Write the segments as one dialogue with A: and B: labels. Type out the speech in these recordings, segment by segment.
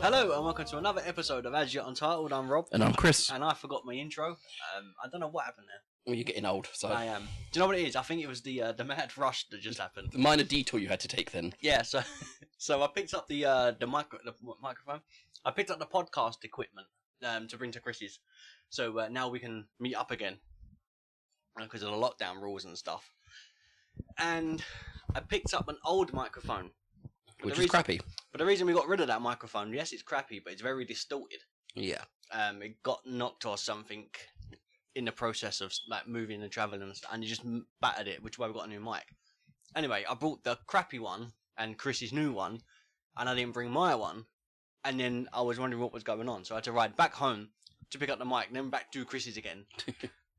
A: Hello and welcome to another episode of As Yet Untitled. I'm Rob
B: And I'm Chris.
A: and I forgot my intro. Um, I don't know what happened there.
B: Well, you're getting old, so
A: I am. Um, do you know what it is? I think it was the uh, the mad rush that just happened.
B: the minor detour you had to take then.
A: Yeah. So so I picked up the uh, the micro the m- microphone. I picked up the podcast equipment um, to bring to Chris's. So uh, now we can meet up again because of the lockdown rules and stuff. And I picked up an old microphone.
B: Which
A: the
B: is
A: reason-
B: crappy.
A: But the reason we got rid of that microphone, yes, it's crappy, but it's very distorted.
B: Yeah.
A: um, it got knocked or something in the process of like moving and traveling and stuff, and it just m- battered it, which is why we got a new mic. Anyway, I brought the crappy one and Chris's new one, and I didn't bring my one, and then I was wondering what was going on, so I had to ride back home to pick up the mic, then back to Chris's again,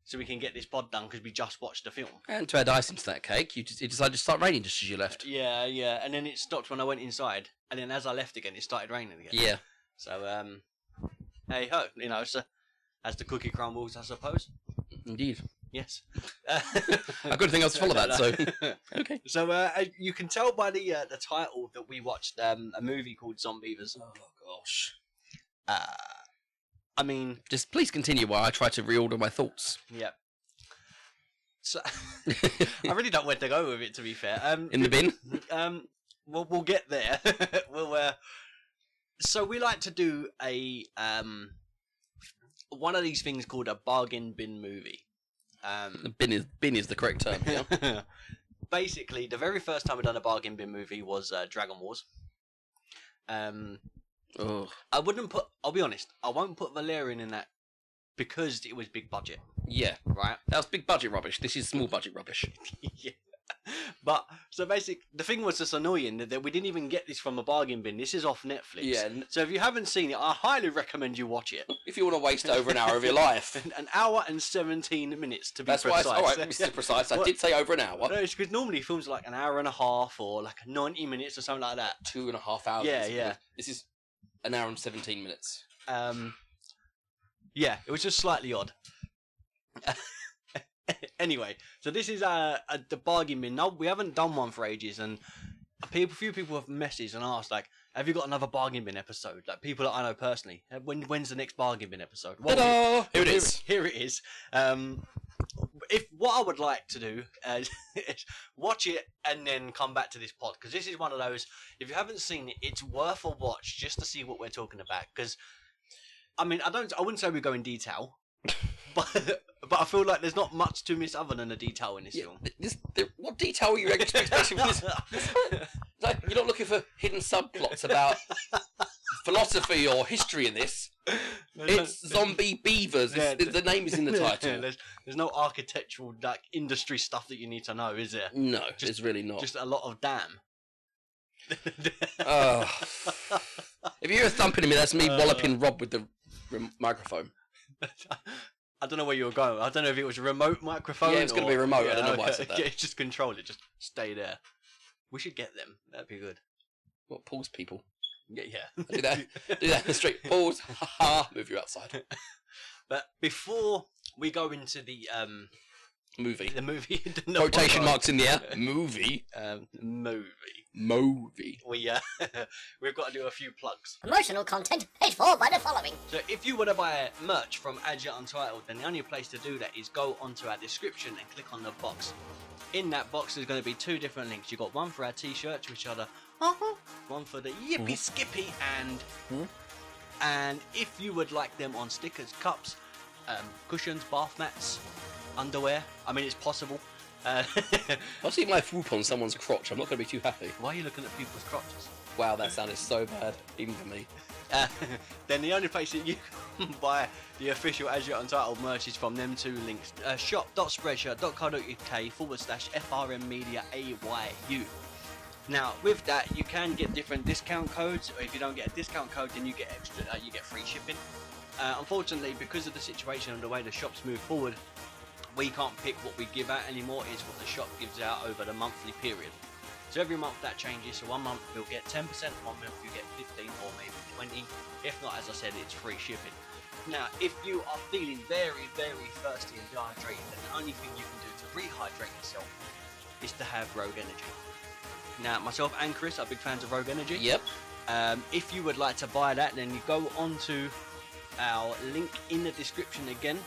A: so we can get this pod done because we just watched the film.
B: And to add icing to that cake, you just, it decided to start raining just as you left.
A: Yeah, yeah, and then it stopped when I went inside, and then as I left again, it started raining again.
B: Yeah.
A: So um, hey ho, you know, so as the cookie crumbles, I suppose.
B: Indeed.
A: Yes.
B: I've got nothing else to follow that, so.
A: so.
B: Okay.
A: So uh, as you can tell by the uh, the title that we watched um, a movie called Zombievers.
B: Oh, gosh.
A: Uh, I mean,
B: Just please continue while I try to reorder my thoughts.
A: yeah. So I really don't know where to go with it. To be fair, um,
B: In the bin?
A: um, we'll, we'll get there. we'll, uh, so we like to do a um, one of these things called a bargain bin movie. Um,
B: The bin is, bin is the correct term. Yeah.
A: Basically, the very first time I done a bargain bin movie was uh, Dragon Wars. Um,
B: oh.
A: I wouldn't put. I'll be honest. I won't put Valerian in that because it was big budget,
B: Yeah.
A: right?
B: That was big budget rubbish. This is small budget rubbish.
A: yeah. But so basic. The thing was just annoying that, that we didn't even get this from a bargain bin. This is off Netflix.
B: n-
A: So if you haven't seen it, I highly recommend you watch it.
B: If you want to waste over an hour of your life.
A: An an hour and seventeen minutes to be
B: That's why.
A: precise.
B: I, all right, Mr. Precise, I
A: What?
B: did say over an hour.
A: No, it's because normally films are like an hour and a half or like ninety minutes or something like that.
B: Two and a half hours.
A: Yeah, yeah.
B: This is an hour and 17 minutes.
A: Um, yeah, it was just slightly odd. anyway, so this is uh a the bargain bin. Now we haven't done one for ages, and a people, few people have messaged and asked like, "Have you got another bargain bin episode?" Like people that I know personally. "Uh, When when's the next bargain bin episode? Well,
B: Ta-da! Here it
A: here-
B: is.
A: Here it is. Um, if what I would like to do uh, is watch it and then come back to this pod because this is one of those. If you haven't seen it, it's worth a watch just to see what we're talking about. Because I mean, I don't. I wouldn't say we go in detail, but but I feel like there's not much to miss other than the detail in this
B: Yeah,
A: film.
B: th- this, th- what detail are you expecting from this? Like, you're not looking for hidden subplots about philosophy or history in this. It's zombie beavers. It's-
A: Yeah.
B: the name is in the title.
A: there's, there's no architectural like industry stuff that you need to know, is there?
B: No,
A: Just-
B: it's really not.
A: Just a lot of damn.
B: Oh. If you hear a thumping at me, that's me
A: Uh.
B: walloping Rob with the rem- microphone.
A: I don't know where you were going. I don't know if it was a remote microphone.
B: Yeah, it's gonna
A: or-
B: be remote. I don't know why I said that.
A: Yeah, just control it. Just stay there. We should get them. That'd be good.
B: What pulls people?
A: Yeah, yeah.
B: Do that. Do that in the street. Pause. Ha ha. Move you outside.
A: But before we go into the um
B: Movie.
A: the movie, the
B: Quotation
A: podcast,
B: marks in the air. Movie.
A: um, movie,
B: Movie.
A: we uh, we've got to do a few plugs.
C: Promotional content paid for by the following.
A: So if you want to buy merch from Agile Untitled, then the only place to do that is go onto our description and click on the box. In that box, there's going to be two different links. You've got one for our t-shirts, which are the one for the Yippee Skippy, and
B: Mhm.
A: and if you would like them on stickers, cups, um, cushions, bath mats, underwear. I mean, it's possible. Uh,
B: I'll see my whoop on someone's crotch. I'm not going to be too happy.
A: why are you looking at people's crotches?
B: Wow, that sounded so bad, even for me.
A: Uh, then the only place that you can buy the official Azure Untitled merch is from them two links uh, shop.spreadshirt.co.uk forward slash FRM Media AYU. Now, with that, you can get different discount codes. Or if you don't get a discount code, then you get extra, uh, you get free shipping. Uh, unfortunately, because of the situation and the way the shops move forward, we can't pick what we give out anymore. It's what the shop gives out over the monthly period. So every month that changes. So one month you'll get 10%, one month you get 15 or maybe 20. If not, as I said, it's free shipping. Now, if you are feeling very, very thirsty and dehydrated, then the only thing you can do to rehydrate yourself is to have Rogue Energy. Now, myself and Chris are big fans of Rogue Energy.
B: Yep.
A: Um, if you would like to buy that, then you go onto our link in the description again,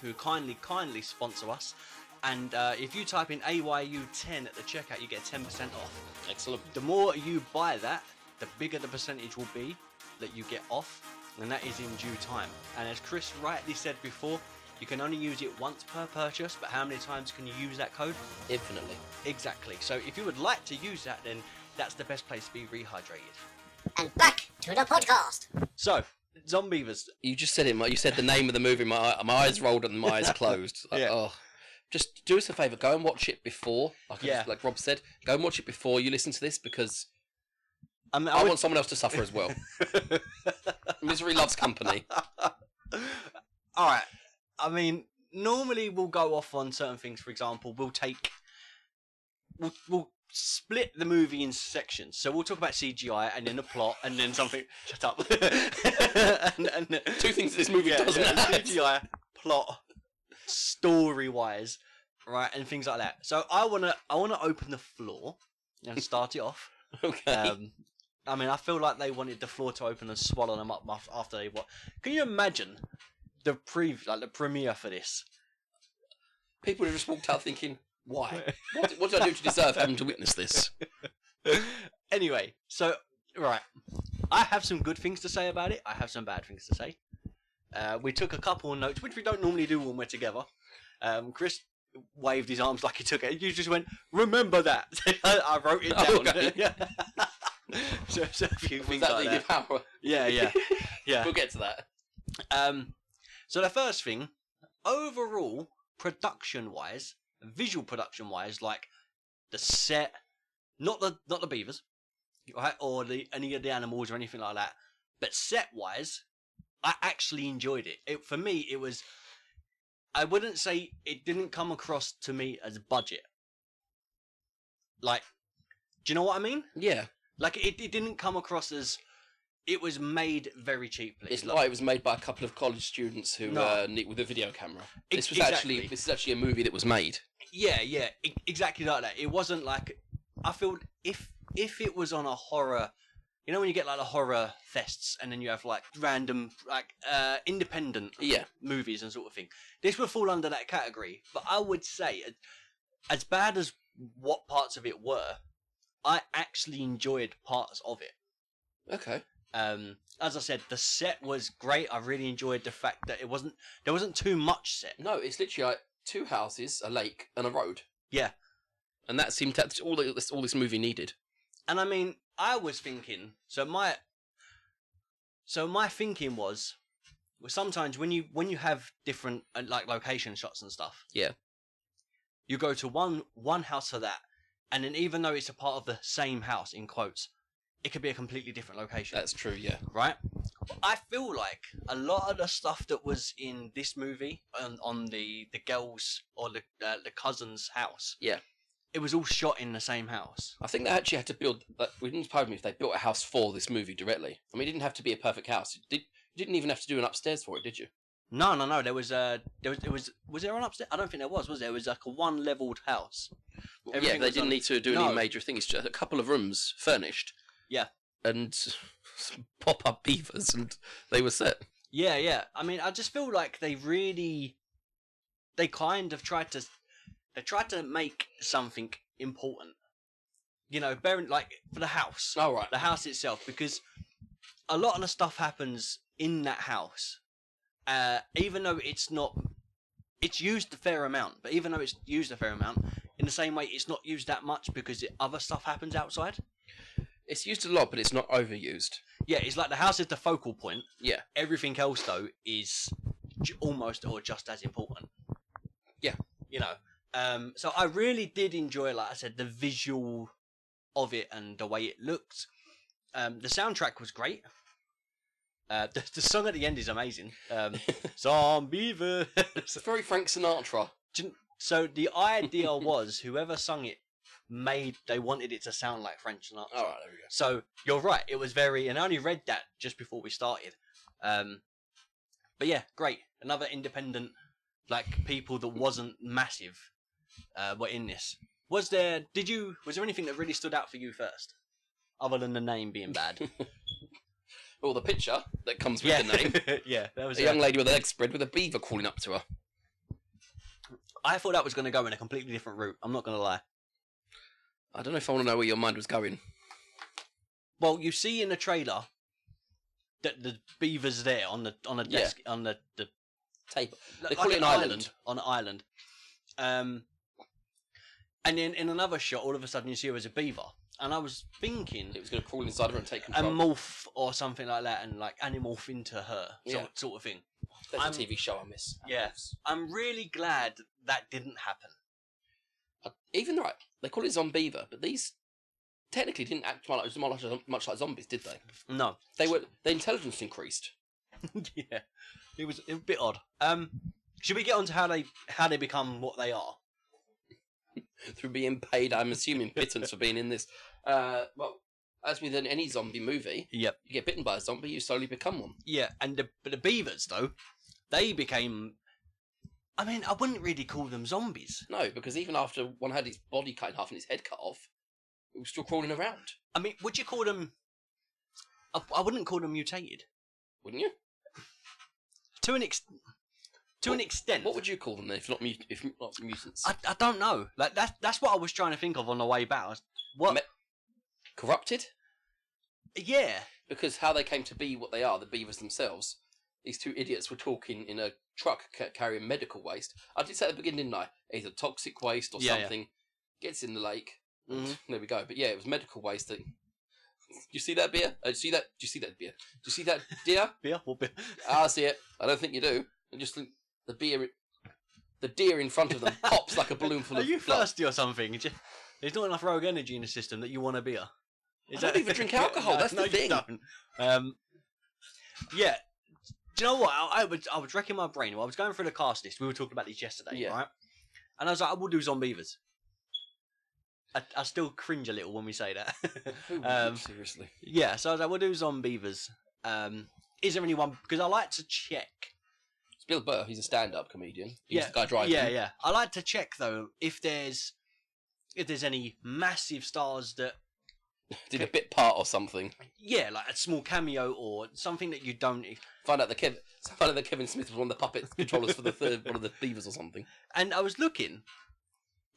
A: who kindly, kindly sponsor us. And uh, if you type in AYU10 at the checkout, you get 10% off.
B: Excellent.
A: The more you buy that, the bigger the percentage will be that you get off, and that is in due time. And as Chris rightly said before, you can only use it once per purchase, but how many times can you use that code?
B: Infinitely.
A: Exactly. So if you would like to use that, then that's the best place to be rehydrated.
C: And back to the podcast.
A: So, Zombievers,
B: You just said it. Mike. You said the name of the movie. My eye- my eyes rolled and my eyes closed. Like,
A: Yeah.
B: Oh. Just do us a favor. Go and watch it before. Like, I
A: Yeah.
B: just- like Rob said, go and watch it before you listen to this because
A: I, mean,
B: I,
A: I would-
B: want someone else to suffer as well. Misery loves company.
A: All right. I mean, normally we'll go off on certain things. For example, we'll take we'll, we'll split the movie in sections. So we'll talk about CGI and then the plot and then something. Shut up. and, and,
B: Two things this movie
A: yeah,
B: doesn't
A: yeah,
B: have.
A: CGI plot story wise, right, and things like that. So I wanna I wanna open the floor and start it off.
B: Okay.
A: Um, I mean, I feel like they wanted the floor to open and swallow them up af- after they what? Can you imagine the pre like the premiere for this?
B: People who just walked out thinking, why? What, what did I do to deserve having to witness this?
A: anyway, so right, I have some good things to say about it. I have some bad things to say. Uh, we took a couple of notes, which we don't normally do when we're together. Um, Chris waved his arms like he took it. You just went, "Remember that." I wrote it
B: Oh,
A: down.
B: okay.
A: yeah. so, so a few
B: Was
A: things
B: that
A: like
B: the
A: that.
B: power?
A: Yeah, yeah, yeah.
B: We'll get to that.
A: Um, so the first thing, overall production wise, visual production wise, like the set, not the not the beavers, right, or the any of the animals or anything like that, but set wise, I actually enjoyed it. It for me, it was. I wouldn't say it didn't come across to me as budget. Like, do you know what I mean?
B: Yeah.
A: Like, it, it didn't come across as it was made very cheaply.
B: It's
A: Like-
B: like it was made by a couple of college students who
A: No.
B: uh, ne- with a video camera. This
A: Ex-
B: was actually
A: exactly.
B: this is actually a movie that was made.
A: Yeah, yeah, e- exactly like that. It wasn't like I feel if if it was on a horror, you know, when you get like the horror fests and then you have like random like uh independent
B: Yeah.
A: movies and sort of thing. This would fall under that category, but I would say as- as bad as what parts of it were, I actually enjoyed parts of it.
B: Okay.
A: Um, as I said, the set was great. I really enjoyed the fact that it wasn't there wasn't too much set.
B: No, it's literally like two houses, a lake, and a road.
A: Yeah.
B: And that seemed that's all that that's all this movie needed.
A: And I mean, I was thinking. So my, so my thinking was, well, sometimes when you when you have different uh, like location shots and stuff.
B: Yeah.
A: You go to one one house for that, and then even though it's a part of the same house in quotes, it could be a completely different location,
B: That's true. Yeah.
A: right? I feel like a lot of the stuff that was in this movie on, on the the girls or the uh, the cousin's house.
B: Yeah.
A: It was all shot in the same house.
B: I think they actually had to build. Like, we didn't pardon me if they built a house for this movie directly. I mean, it didn't have to be a perfect house. It did, you didn't even have to do an upstairs for it, did you?
A: No, no, no. There was uh, there was, there was, was there an upstairs? I don't think there was. Was there? It was like a one leveled house.
B: yeah,
A: Everything
B: they
A: was
B: didn't
A: on-
B: need to do
A: No.
B: any major thing. It's just a couple of rooms furnished.
A: Yeah.
B: And some pop up beavers, and they were set.
A: Yeah, yeah. I mean, I just feel like they really, they kind of tried to, they tried to make something important. You know, bearing like for the house,
B: All right.
A: the house itself, because a lot of the stuff happens in that house. Uh, even though it's not, it's used a fair amount, but even though it's used a fair amount, in the same way, it's not used that much because it, other stuff happens outside.
B: It's used a lot, but it's not overused.
A: Yeah, it's like the house is the focal point.
B: Yeah.
A: Everything else though is j- almost or just as important.
B: Yeah.
A: You know. Um. So I really did enjoy, like I said, the visual of it and the way it looked. Um. The soundtrack was great. Uh, the, the song at the end is amazing. Um, Zombie.
B: It's very Frank Sinatra.
A: so the idea was whoever sung it made they wanted it to sound like French Sinatra.
B: All right, there we go.
A: So you're right. It was very, and I only read that just before we started. Um, but yeah, great. Another independent, like people that wasn't massive, uh, were in this. Was there? Did you? Was there anything that really stood out for you first? other than the name being bad.
B: Or the picture that comes with
A: yeah,
B: the name.
A: yeah, that was
B: A
A: it.
B: young lady with her legs spread with a beaver crawling up to her.
A: I thought that was going to go in a completely different route. I'm not going to lie.
B: I don't know if I want to know where your mind was going.
A: Well, you see in the trailer that the beaver's there on the on the
B: Yeah.
A: desk on the, the
B: Tape.
A: like
B: They call
A: on
B: it an island.
A: on an island. Um, and then in another shot, all of a sudden you see her as a beaver, and I was thinking
B: It was going to crawl inside of her and take
A: a
B: control.
A: morph or something like that, and like animorph into her sort,
B: Yeah.
A: sort of thing.
B: There's
A: I'm-
B: a TV show I miss.
A: Yeah. I'm really glad that didn't happen.
B: Uh, Even though I- they call it Zombieva, but these technically didn't act much like, much like- much like zombies, did they?
A: No,
B: They were their intelligence increased.
A: yeah, it was, it was a bit odd. Um, should we get on to how they how they become what they are?
B: through being paid, I'm assuming, pittance for being in this. Uh, well, as with any zombie movie,
A: Yep.
B: you get bitten by a zombie, you slowly become one.
A: Yeah, and the but the beavers though, they became. I mean, I wouldn't really call them zombies.
B: No, because even after one had its body cut in half and its head cut off, it was still crawling around,
A: I mean, would you call them? I, I wouldn't call them mutated
B: wouldn't you?
A: to an ex, to an extent.
B: What would you call them then, if not mut- if not mutants?
A: I, I don't know. Like that's that's what I was trying to think of on the way back. I was- What?
B: Me- Corrupted,
A: yeah,
B: because how they came to be what they are, the beavers themselves. These two idiots were talking in a truck ca- carrying medical waste. I did say at the beginning, didn't I? Either toxic waste or
A: Yeah, yeah.
B: something gets in the lake, There we go. But yeah, it was medical waste that. You see that beer? Uh, you see that? Do you see that beer? Do you see that deer?
A: beer or beer.
B: Ah, I see it. I don't think you do. And just think the beer, the deer in front of them pops like a balloon full
A: Are
B: of
A: you
B: blood.
A: thirsty or something? Ju- There's not enough rogue energy in the system that you want a beer.
B: I don't even drink alcohol, that's the
A: no,
B: thing.
A: You don't. Um, yeah. Do you know what? I, I was I was wrecking my brain. While I was going through the cast list, we were talking about this yesterday,
B: Yeah.
A: right? And I was like, I will do zombievers. I, I still cringe a little when we say that.
B: Who would,
A: Um,
B: seriously?
A: yeah, so I was like, we'll do zombievers. Um, is there anyone? Because I like to check
B: It's Bill Burr. He's a stand-up comedian. He's
A: Yeah,
B: the guy driving.
A: Yeah, yeah. I like to check though if there's if there's any massive stars that
B: Did a bit part or something.
A: yeah, like a small cameo or something that you don't. e-,
B: Find out that Kevin. Find out that Kevin Smith was one of the puppet controllers for the third one of the beavers or something.
A: And I was looking,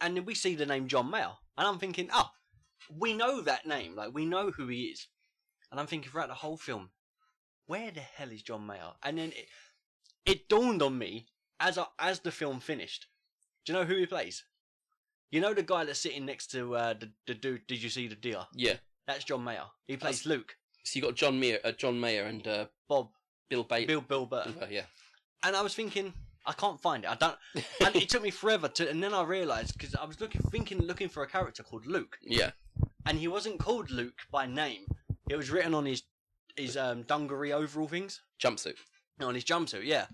A: and then we see the name John Mayer, and I'm thinking, oh, we know that name, like we know who he is. And I'm thinking throughout the whole film, where the hell is John Mayer? And then it, it dawned on me as I, as the film finished. Do you know who he plays? You know the guy that's sitting next to uh, the, the dude. Did you see the deer?
B: Yeah.
A: That's John Mayer. He plays
B: That's-
A: Luke,
B: So you got John Mayer, uh, John Mayer, and uh,
A: Bob,
B: Bill Bates.
A: Bill, Bill Burr.
B: Burr, yeah.
A: And I was thinking, I can't find it. I don't. And it took me forever to. And then I realised because I was looking, thinking, looking for a character called Luke,
B: yeah.
A: and he wasn't called Luke by name. It was written on his his um, dungaree overall things,
B: Jumpsuit.
A: no, on his jumpsuit, yeah.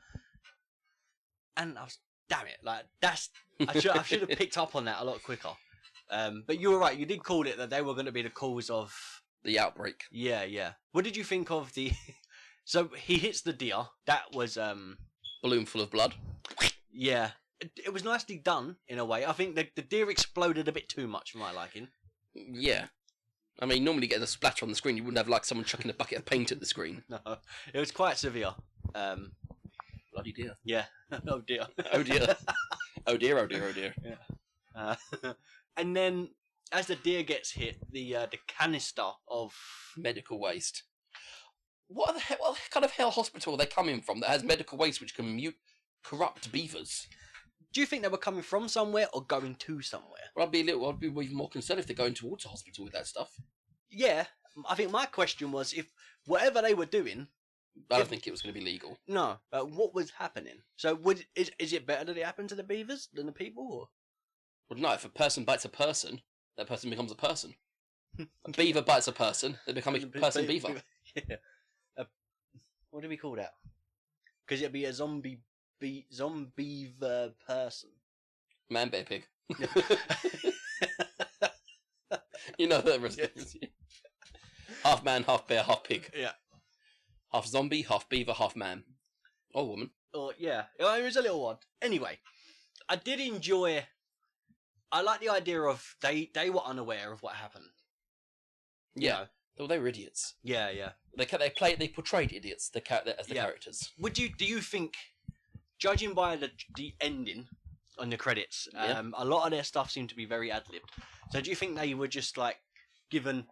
A: And I was, damn it, like that's. I should I should have picked up on that a lot quicker. Um, but you were right. You did call it that they were going to be the cause of
B: the outbreak.
A: Yeah, yeah. What did you think of the? so he hits the deer. That was um,
B: Balloon full of blood.
A: yeah. It, it was nicely done in a way. I think the the deer exploded a bit too much for my liking.
B: Yeah. I mean, normally getting a splatter on the screen, you wouldn't have like someone chucking a bucket of paint at the screen.
A: No, it was quite severe. Um,
B: Bloody dear.
A: oh dear.
B: Oh dear. oh dear, oh dear, oh dear.
A: Uh, and then as the deer gets hit, the uh, the canister of
B: Medical waste. What, the hell, what kind of hell hospital are they coming from that has medical waste which can mute corrupt beavers?
A: do you think they were coming from somewhere or going to somewhere?
B: Well, I'd be a little, I'd be even more concerned if they're going towards a hospital with that stuff.
A: Yeah, I think my question was if whatever they were doing,
B: I
A: Yeah.
B: don't think it was going to be legal.
A: no, uh, what was happening? So would is is it better that it happened to the beavers than the people? Or?
B: Well, no, if a person bites a person, that person becomes a person. A beaver bites a person, they become a
A: Be-
B: person
A: be-
B: beaver.
A: Yeah. A, what do we call that? Because it'd be a zombie, be, zombiever person.
B: Man bear pig. you know that reference. half man, half bear, half pig.
A: Yeah.
B: Half zombie, half beaver, half man. Or woman.
A: Or yeah, Oh, it was a little odd. Anyway, I did enjoy. I like the idea of they they were unaware of what happened. you
B: Yeah.
A: know.
B: Well, they were idiots.
A: Yeah, yeah.
B: They ca- they play they portrayed idiots the char- as the
A: Yeah.
B: characters.
A: Would you do you think, judging by the the ending on the credits,
B: Yeah.
A: um, a lot of their stuff seemed to be very ad libbed. So do you think they were just like given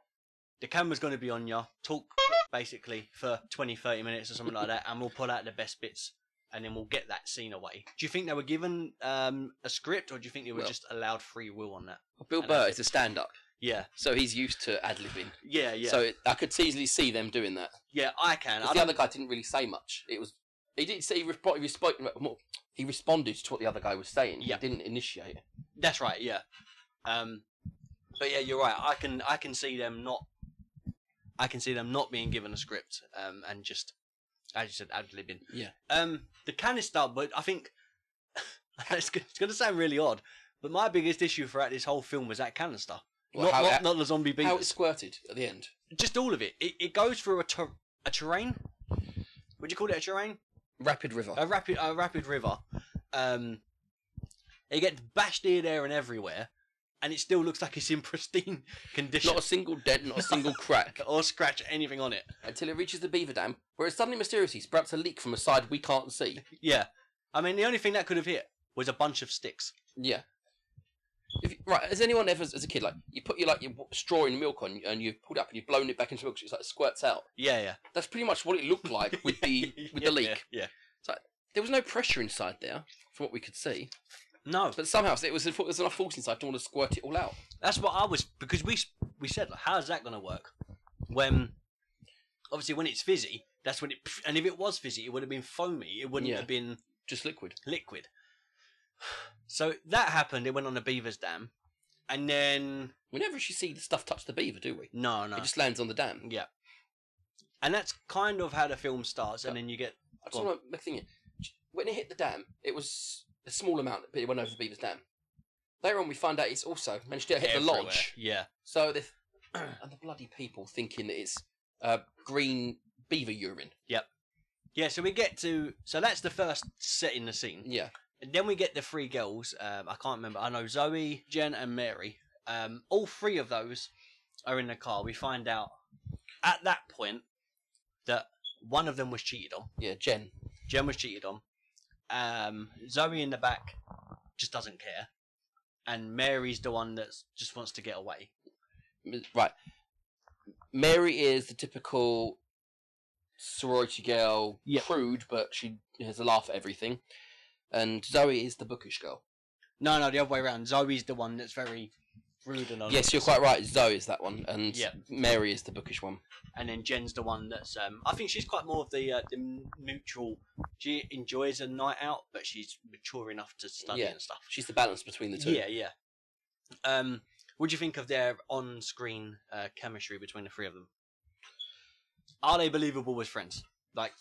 A: the camera's going to be on ya, talk basically for 20, 30 minutes or something like that, and we'll pull out the best bits. And then we'll get that scene away. Do you think they were given um, a script, or do you think they were
B: Well-
A: just allowed free will on that?
B: Bill
A: And
B: Burr
A: that's
B: is a stand up,
A: Yeah,
B: so he's used to ad libbing.
A: yeah, yeah,
B: So it, I could easily see them doing that.
A: yeah. I can.
B: 'Cause
A: I
B: the
A: don't-
B: other guy didn't really say much. It was he didn't say he, respo- he, respo- he responded to what the other guy was saying.
A: Yeah.
B: He didn't initiate.
A: That's right. Yeah. Um, but yeah, you're right. I can I can see them not. I can see them not being given a script um, and just, as you said, ad libbing.
B: Yeah.
A: Um, the canister, but I think it's, go- it's going to sound really odd, but my biggest issue throughout this whole film was that canister.
B: Well,
A: not,
B: how,
A: not, not the zombie
B: how, it
A: beavers.
B: squirted at the end.
A: Just all of it. It, it goes through a, ter- a terrain. Would you call it a terrain?
B: Rapid River.
A: a rapid a rapid river. Um, it gets bashed here, there, and everywhere, and it still looks like it's in pristine condition
B: not a single dent, not a single crack
A: or scratch anything on it.
B: until it reaches the beaver dam, where it suddenly mysteriously sprouts a leak from a side we can't see.
A: Yeah, I mean the only thing that could have hit was a bunch of sticks.
B: Yeah. If you- right, has anyone ever, as a kid, like you put your like your straw in milk on, and you've pulled it up and you've blown it back into milk, so it's like squirts out.
A: Yeah, yeah.
B: That's pretty much what it looked like with the with
A: Yeah,
B: the leak.
A: yeah, yeah.
B: There was no pressure inside there, from what we could see.
A: No,
B: But somehow it was there was enough force inside to want to squirt it all out.
A: that's what I was because we s- we said like, how's that gonna work when obviously when it's fizzy. That's when it, and if it was fizzy, it would have been foamy. It wouldn't
B: Yeah.
A: have been
B: Just liquid.
A: liquid. So that happened. It went on the beaver's dam, and then
B: We never actually see the stuff touch the beaver, do we?
A: No, no.
B: It just lands on the dam.
A: Yeah. And that's kind of how the film starts, and then you get.
B: I just
A: Go on.
B: want to make a thing. here. When it hit the dam, it was a small amount, but it went over the beaver's dam. Later on, we find out it's also managed to hit the lodge.
A: Yeah.
B: So the and the bloody people thinking that it's uh, green beaver urine.
A: Yeah, so we get to. So that's the first set in the scene.
B: Yeah,
A: And then we get the three girls. Um, I can't remember. I know Zoe, Jen, and Mary. Um, all three of those are in the car. We find out at that point that one of them was cheated on.
B: yeah, Jen.
A: Jen was cheated on. Um, Zoe in the back just doesn't care. And Mary's the one that just wants to get away.
B: M- Right. Mary is the typical sorority girl,
A: Yeah.
B: crude, but she has a laugh at everything. And Zoe is the bookish girl.
A: No, no, the other way around. Zoe's the one that's very rude and
B: yes, you're quite right. Zoe is that one, and
A: Oh, Yeah.
B: Mary is the bookish one.
A: And then Jen's the one that's. Um, I think she's quite more of the uh, the neutral. She enjoys a night out, but she's mature enough to study
B: Yeah.
A: and stuff.
B: She's the balance between the two.
A: Yeah, yeah. Um, what do you think of their on-screen uh, chemistry between the three of them? Are they believable as friends? Like,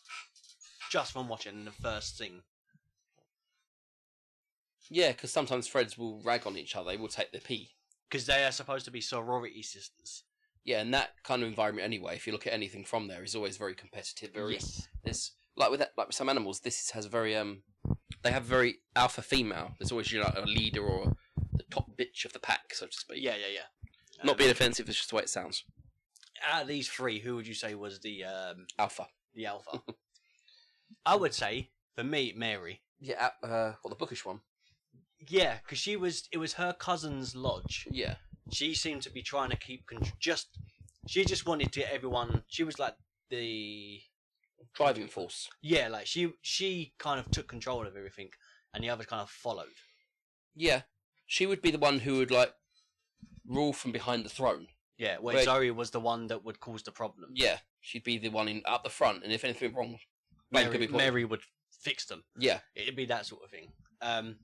A: just from watching the first thing.
B: Yeah, because sometimes Freds will rag on each other. They will take the pee.
A: Because they are supposed to be sorority sisters.
B: Yeah, and that kind of environment anyway. If you look at anything from there, is always very competitive. Very
A: Yes.
B: there's like with that, like with some animals, this has very um, they have very alpha female. There's always you know, a leader or the top bitch of the pack, so to speak.
A: Yeah, yeah, yeah.
B: not being offensive, it's just the way it sounds.
A: Out of these three, who would you say was the um,
B: Alpha.
A: the alpha. I would say for me, Mary.
B: Yeah, uh, well, the bookish one.
A: Yeah, because she was. It was her cousin's lodge.
B: Yeah,
A: She seemed to be trying to keep control. Just she just wanted to get everyone. She was like the
B: driving force.
A: yeah, like she she kind of took control of everything, and the others kind of followed.
B: Yeah, she would be the one who would like rule from behind the throne.
A: Yeah, where
B: Right.
A: Zoe was the one that would cause the problem.
B: Yeah, she'd be the one in up the front, and if anything went wrong, blame could
A: Mary,
B: be pointed.
A: Mary would fix them.
B: Yeah,
A: It'd be that sort of thing. Um,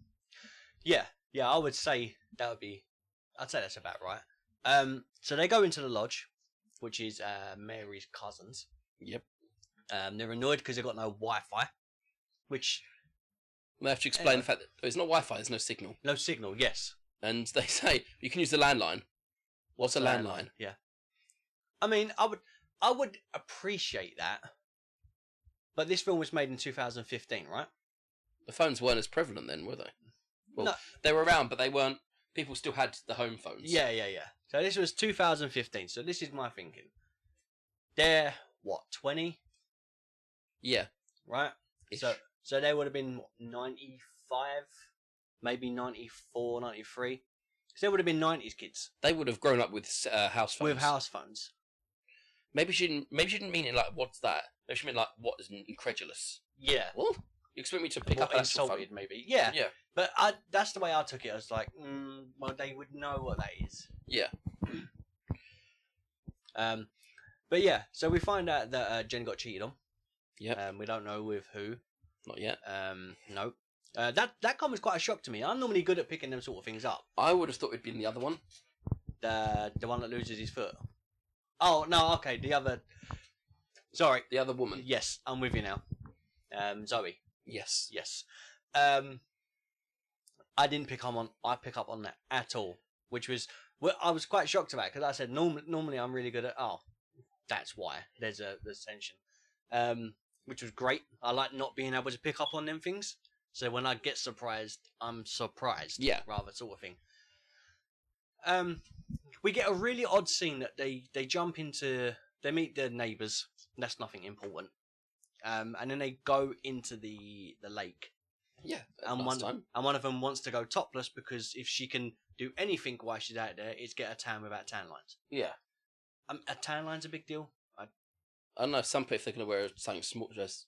A: yeah, yeah, I would say that would be. I'd say that's about right. Um, so they go into the lodge, which is uh, Mary's cousins.
B: Yep.
A: Um, they're annoyed because they've got no Wi-Fi, which
B: they have to explain
A: Anyway.
B: the fact that oh, it's not Wi-Fi. There's no signal,
A: no signal. Yes,
B: and they say you can use the landline. What's a landline?
A: Yeah. I mean, I would, I would appreciate that, but this film was made in 2015, right?
B: the phones weren't as prevalent then, were they? Well,
A: No.
B: they were around, but they weren't. People still had the home phones.
A: Yeah, yeah, yeah. So this was 2015. So this is my thinking. They're what twenty,
B: Yeah.
A: right?
B: Ish.
A: So so they would have been ninety five, maybe 94, 93. So they would have been nineties kids
B: They would have grown up with uh, house phones.
A: with house phones.
B: Maybe she didn't. Maybe she didn't mean it like what's that. Maybe she meant like what is incredulous.
A: Yeah,
B: Well, you expect me to pick
A: Or
B: up an actual phone?
A: insulted maybe. Yeah,
B: Yeah.
A: But I, that's the way I took it. I was like, mm, well, they would know what that is.
B: Yeah.
A: Um, but yeah, so we find out that uh, Jen got cheated on.
B: Yep.
A: Um, we don't know with who.
B: Not yet.
A: Um, no. Uh, that that comment was quite a shock to me. I'm normally good at picking them sort of things up.
B: I would have thought it'd been the other one.
A: The the one that loses his foot. Oh no, okay, the other. Sorry.
B: The other woman.
A: Yes, I'm with you now. Um, Zoe.
B: Yes.
A: Yes. Um, I didn't pick up on I pick up on that at all, which was well, I was quite shocked about because I said normally normally I'm really good at oh that's why there's a there's tension, um, which was great. I like not being able to pick up on them things. So when I get surprised, I'm surprised.
B: Yeah.
A: rather sort of thing. Um, we get a really odd scene that they they jump into they meet their neighbors. That's nothing important. Um, and then they go into the the lake,
B: Yeah.
A: and one
B: last time.
A: and one of them wants to go topless because if she can do anything while she's out there, it's get a tan without tan lines.
B: Yeah.
A: Um, a tan line's a big deal. I,
B: I don't know. Some people if they're going to wear something small, just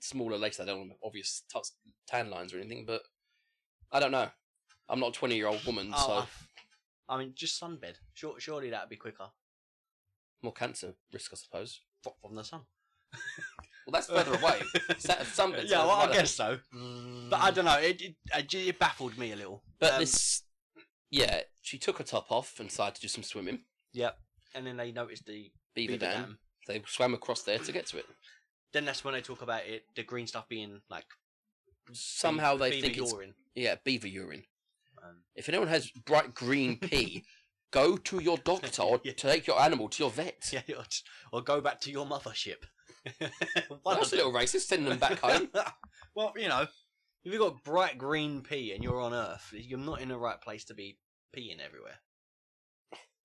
B: smaller lace. I don't want obvious t- tan lines or anything, but I don't know. I'm not a 20 year old woman,
A: oh,
B: Mm, so
A: I, I mean, just sunbed. Sure, surely that'd be quicker
B: more cancer risk, I suppose.
A: fro- from the sun.
B: Well, that's further away. Sa- sunbed's
A: yeah,
B: further
A: well, I
B: away.
A: guess so. But I don't know. It it, it, it baffled me a little.
B: mm. But
A: Um,
B: this, yeah, she took her top off and decided to do some swimming.
A: and then they noticed the
B: Beaver,
A: beaver
B: Dam.
A: dam.
B: They swam across there to get to it.
A: Then that's when they talk about it, the green stuff being like
B: Somehow they
A: beaver
B: think it's
A: urine.
B: yeah beaver urine.
A: Um,
B: If anyone has bright green pee, go to your doctor or
A: Yeah.
B: take your animal to your vet.
A: Yeah, or, t- or go back to your mothership.
B: Well,
A: One
B: that's a
A: of them.
B: little racist, sending them back home.
A: well, you know, if you've got bright green pea and you're on Earth, you're not in the right place to be peeing everywhere.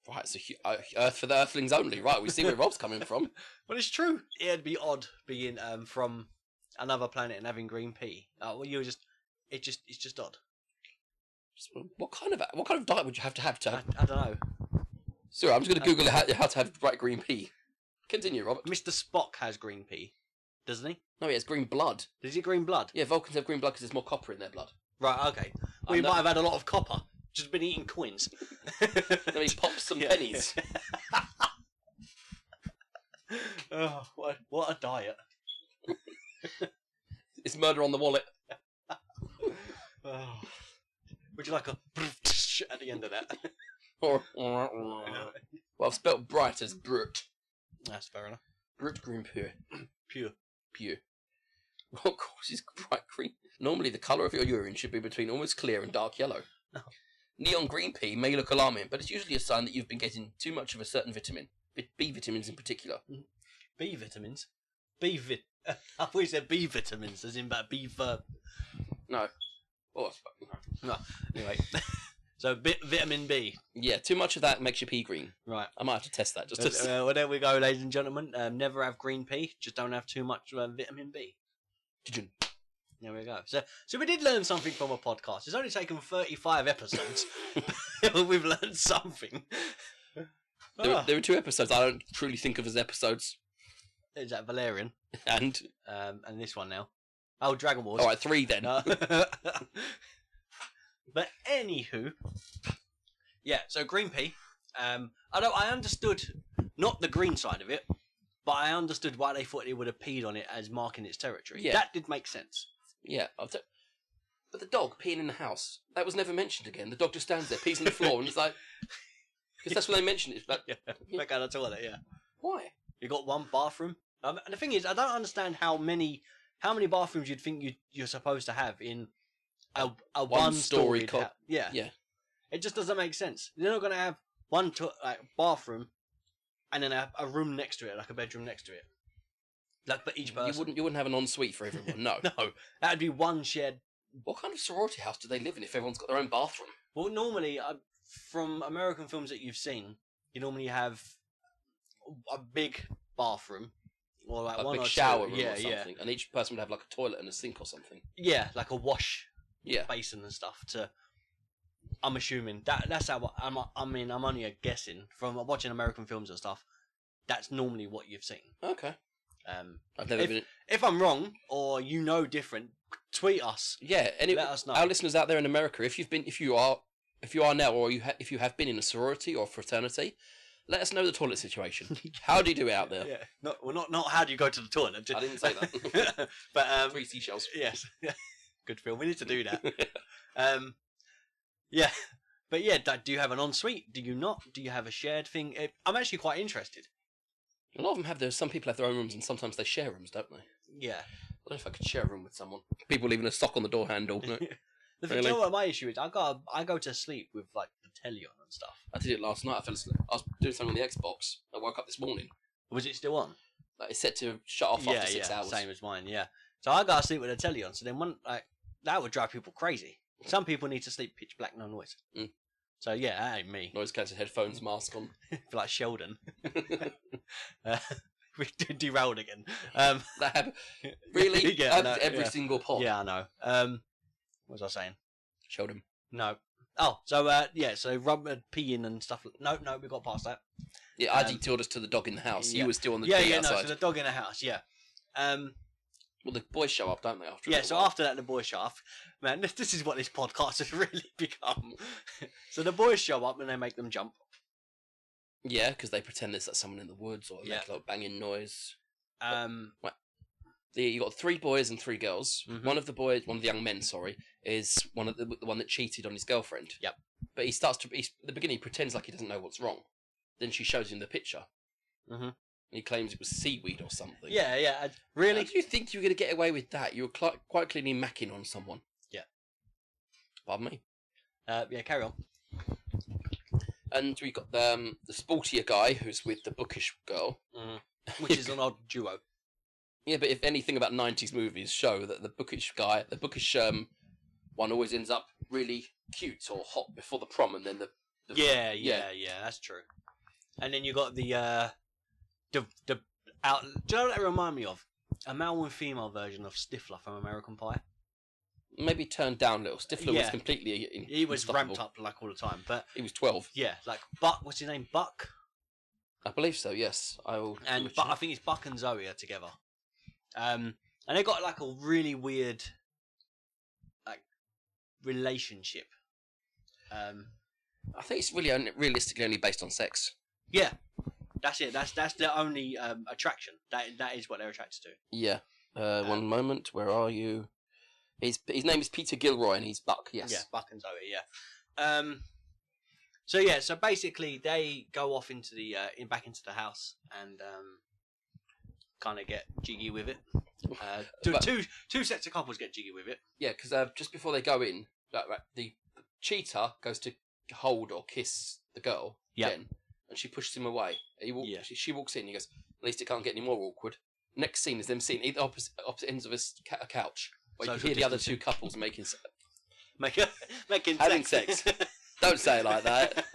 B: Right, so hu- uh, Earth for the Earthlings only. Right, we see where Rob's coming from.
A: Well, it's true. It'd be odd being um, from another planet and having green pea. Uh, well, you're just, it just, it's just odd.
B: So What kind of what kind of diet would you have to have to?
A: I, I don't know.
B: Sorry, I'm just going to Google how, how to have bright green pea. Continue, Robert.
A: Mr. Spock has green pea, doesn't he?
B: No, he has green blood.
A: Does he green blood?
B: Yeah, Vulcans have green blood because there's more copper in their blood.
A: Right, okay.
B: I
A: We
B: know-
A: might have had a lot of copper. Just been eating coins.
B: Then he pops some
A: Yeah.
B: pennies.
A: oh, what, what a diet.
B: It's murder on the wallet.
A: Oh. Would you like a at the end of that?
B: Or well, I've spelt bright as brut.
A: That's fair enough.
B: Brut green pure.
A: Pure.
B: Pew. What causes bright green? Normally, the colour of your urine should be between almost clear and dark yellow. Neon green pea may look alarming, but it's usually a sign that you've been getting too much of a certain vitamin, B- B vitamins in particular.
A: B vitamins. B vit. I thought you said B vitamins, as in that B verb.
B: Oh, fuck.
A: Anyway, so bit vitamin B.
B: yeah, too much of that makes your pea green.
A: Right.
B: I might have to test that just to. see.
A: Uh, well, there we go, ladies and gentlemen. Um, never have green pea. Just don't have too much uh, vitamin B. There we go. So, so we did learn something from a podcast. It's only taken thirty-five episodes. We've learned something.
B: There, were-
A: Ah.
B: there were two episodes I don't truly think of as episodes,
A: Is that Valerian?
B: and
A: Um, and this one now. Oh, Dragon Wars.
B: all right, three then.
A: No. but anywho, yeah. So green pea. Um, I don't. I understood not the green side of it, but I understood why they thought it would have peed on it as marking its territory.
B: Yeah.
A: That did make sense.
B: Yeah, I'll t- but the dog peeing in the house that was never mentioned again. The dog just stands there, pees on the floor, and it's like because that's when they mentioned it. Like,
A: Yeah. Back out of the toilet. Yeah.
B: why?
A: You got one bathroom. Um, and the thing is, I don't understand how many how many bathrooms you'd think you you're supposed to have in a a
B: One
A: one
B: story
A: story
B: co-
A: house. Yeah,
B: yeah.
A: It just doesn't make sense. You're not gonna have one to- like bathroom, and then a, a room next to it, like a bedroom next to it. Like for each person.
B: You wouldn't. You wouldn't have an ensuite for everyone. No.
A: No, that'd be one shared.
B: What kind of sorority house do they live in if everyone's got their own bathroom?
A: Well, normally, uh, from American films that you've seen, you normally have a big bathroom or like
B: Like a
A: one
B: big
A: or
B: shower
A: two.
B: room
A: yeah,
B: or
A: yeah,
B: something. And each person would have like a toilet and a sink or something.
A: yeah, like a wash
B: Yeah.
A: basin and stuff to I'm assuming that that's how I'm I mean I'm only guessing from watching American films and stuff that's normally what you've seen
B: Okay.
A: um
B: I've never
A: If-
B: been.
A: if I'm wrong or you know different tweet us
B: Yeah. Any,
A: let us know
B: our listeners out there in America, if you've been, if you are, if you are now, or you ha- if you have been in a sorority or fraternity, let us know the toilet situation. How do you do out there?
A: yeah not well not not how do you go to the toilet
B: I didn't say that.
A: but um
B: Three seashells.
A: yes good film we need to do that um yeah but yeah that, do you have an ensuite do you not do you have a shared thing Eh, I'm actually quite interested
B: A lot of them have their. Some people have their own rooms, and sometimes they share rooms, don't they?
A: yeah
B: I don't know if I could share a room with someone. People leaving a sock on the door handle. No.
A: The thing,
B: Really?
A: you know what my issue is? I got I go to sleep with like the telly on and stuff.
B: I did it last night. I fell asleep. I was doing something on the Xbox. I woke up this morning.
A: Was it still on?
B: Like, it's set to shut off after six hours.
A: same as mine. Yeah. So I got to sleep with the telly on. So then one like that would drive people crazy. Some people need to sleep pitch black, no noise.
B: Mm.
A: So yeah, that ain't me.
B: Noise cancelling headphones, mask on.
A: like Sheldon, uh, we d- derailed again. Um,
B: That happened. Really?
A: Yeah,
B: Happens
A: no,
B: every
A: yeah.
B: single pod.
A: yeah, I know. Um, what was I saying?
B: Showed him.
A: No. Oh, so uh, yeah, so rubber peeing and stuff. No, no, we got past that.
B: Yeah, I
A: Um,
B: detailed us to the dog in the house.
A: yeah.
B: You were still on the
A: yeah,
B: tree
A: yeah, no.
B: outside.
A: So the dog in the house. Yeah. Um,
B: Well, the boys show up, don't they? After a
A: Yeah,
B: little
A: so
B: while?
A: after that, the boys show up. Man, this, this is what this podcast has really become. so the boys show up and they make them jump.
B: yeah, because they pretend there's like, someone in the woods or they
A: Yeah.
B: make a lot of banging noise.
A: Um,
B: The, you got three boys and three girls.
A: Mhm.
B: One of the boys, one of the young men, sorry, is one of the, the one that cheated on his girlfriend.
A: Yep.
B: But he starts to. He's, at the beginning, he pretends like he doesn't know what's wrong. Then she shows him the picture.
A: Mhm.
B: And he claims it was seaweed or something.
A: yeah, yeah. I-
B: How
A: Really?
B: do you think you were going to get away with that? You were cli- quite clearly macking on someone.
A: Yeah.
B: Pardon me.
A: Uh, yeah, carry on.
B: And we got the, um, the sportier guy who's with the bookish girl.
A: Which is an odd duo.
B: Yeah, but if anything about 90s movies show that the bookish guy, the bookish um, one always ends up really cute or hot before the prom and then the. the
A: Yeah, yeah,
B: Yeah.
A: yeah, that's true. And then you got the, uh, the, the, out, do you know what that remind me of? A male and female version of Stifler from American Pie.
B: Maybe turned down a little. Stifler was
A: Yeah.
B: completely. In,
A: He was ramped
B: unstoppable.
A: up like all the time, but
B: He was 12.
A: yeah, like Buck, what's his name? Buck?
B: I believe so, yes. I will. do
A: and
B: a
A: but I
B: check.
A: think it's Buck and Zoe are together. Um, and they got like a really weird like relationship. Um,
B: I think it's really only, realistically only based on sex.
A: yeah, that's it. That's that's their only um, attraction. That that is what they're attracted to.
B: Yeah. Uh,
A: Um,
B: one moment. Where are you? His his name is Peter Gilroy, and he's Buck. Yes.
A: Yeah, Buck and Zoe. Yeah. Um, so yeah, so basically they go off into the uh, in back into the house and um, kind of get jiggy with it. Uh, two,
B: But-
A: two two sets of couples get jiggy with it.
B: Yeah, because uh, just before they go in, like, right, the cheater goes to hold or kiss the girl,
A: Yep.
B: Jen, and she pushes him away. He walk,
A: Yeah.
B: she, she walks in. He goes, "At least it can't get any more awkward." Next scene is them sitting either opposite, opposite ends of a, s- ca- a couch, where you
A: Social
B: hear the other two
A: distancing.
B: couples making. s-
A: Make making
B: Having
A: sex.
B: Don't say it like that.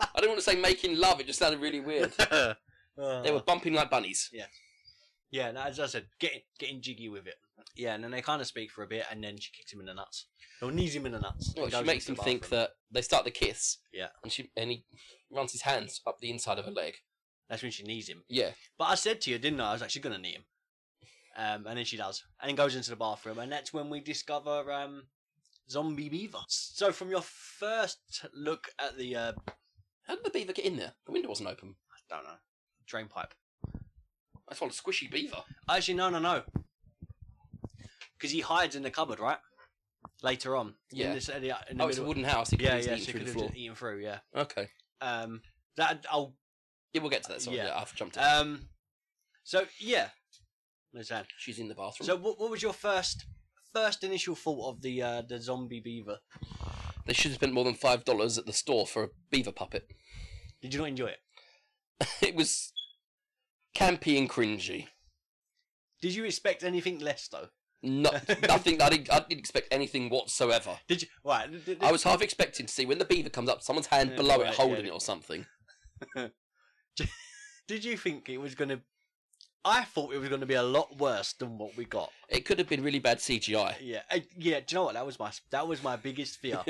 B: I don't want to say making love. It just sounded really weird. They were bumping like bunnies.
A: Uh, yeah, no, as I said, getting getting jiggy with it. Yeah, and then they kind of speak for a bit, and then she kicks him in the nuts or knees him in the nuts.
B: Well,
A: and
B: she
A: goes
B: makes him
A: into the
B: think
A: bathroom.
B: that they start the kiss.
A: Yeah.
B: And she and he runs his hands up the inside of her leg.
A: that's when she knees him.
B: Yeah.
A: But I said to you, didn't I? I was like, she's gonna knee him, um, and then she does, and goes into the bathroom, and that's when we discover um, zombie beaver. So from your first look at the, uh,
B: How did the beaver get in there? The window wasn't open.
A: I don't know, drain pipe.
B: I swallowed a squishy beaver.
A: Actually, no, no, no. Because he hides in the cupboard, right? Later on.
B: Yeah.
A: In this, in the, uh, in the
B: Oh, it's a
A: middle.
B: wooden house. He could
A: Yeah,
B: yeah,
A: yeah, so
B: easily eat
A: he
B: through
A: could
B: the
A: have
B: floor.
A: just eaten through, yeah.
B: Okay.
A: Um, that, I'll,
B: Yeah, we'll get to that. Sorry,
A: Yeah.
B: yeah. I've jumped. ahead.
A: um, so, yeah. Understand.
B: She's in the bathroom.
A: So, what, what was your first first initial thought of the uh, the zombie beaver?
B: they should have spent more than five dollars at the store for a beaver puppet.
A: Did you not enjoy it?
B: it was campy and cringy.
A: Did you expect anything less, though?
B: No, nothing. I didn't, I didn't expect anything whatsoever.
A: Did you? Right. th- th-
B: I was half expecting to see when the beaver comes up, someone's hand
A: Yeah,
B: below
A: right,
B: it holding
A: yeah.
B: it or something.
A: Did you think it was going to I thought it was going to be a lot worse than what we got.
B: It could have been really bad CGI.
A: Yeah, uh, yeah. Do you know what? That was my that was my biggest fear.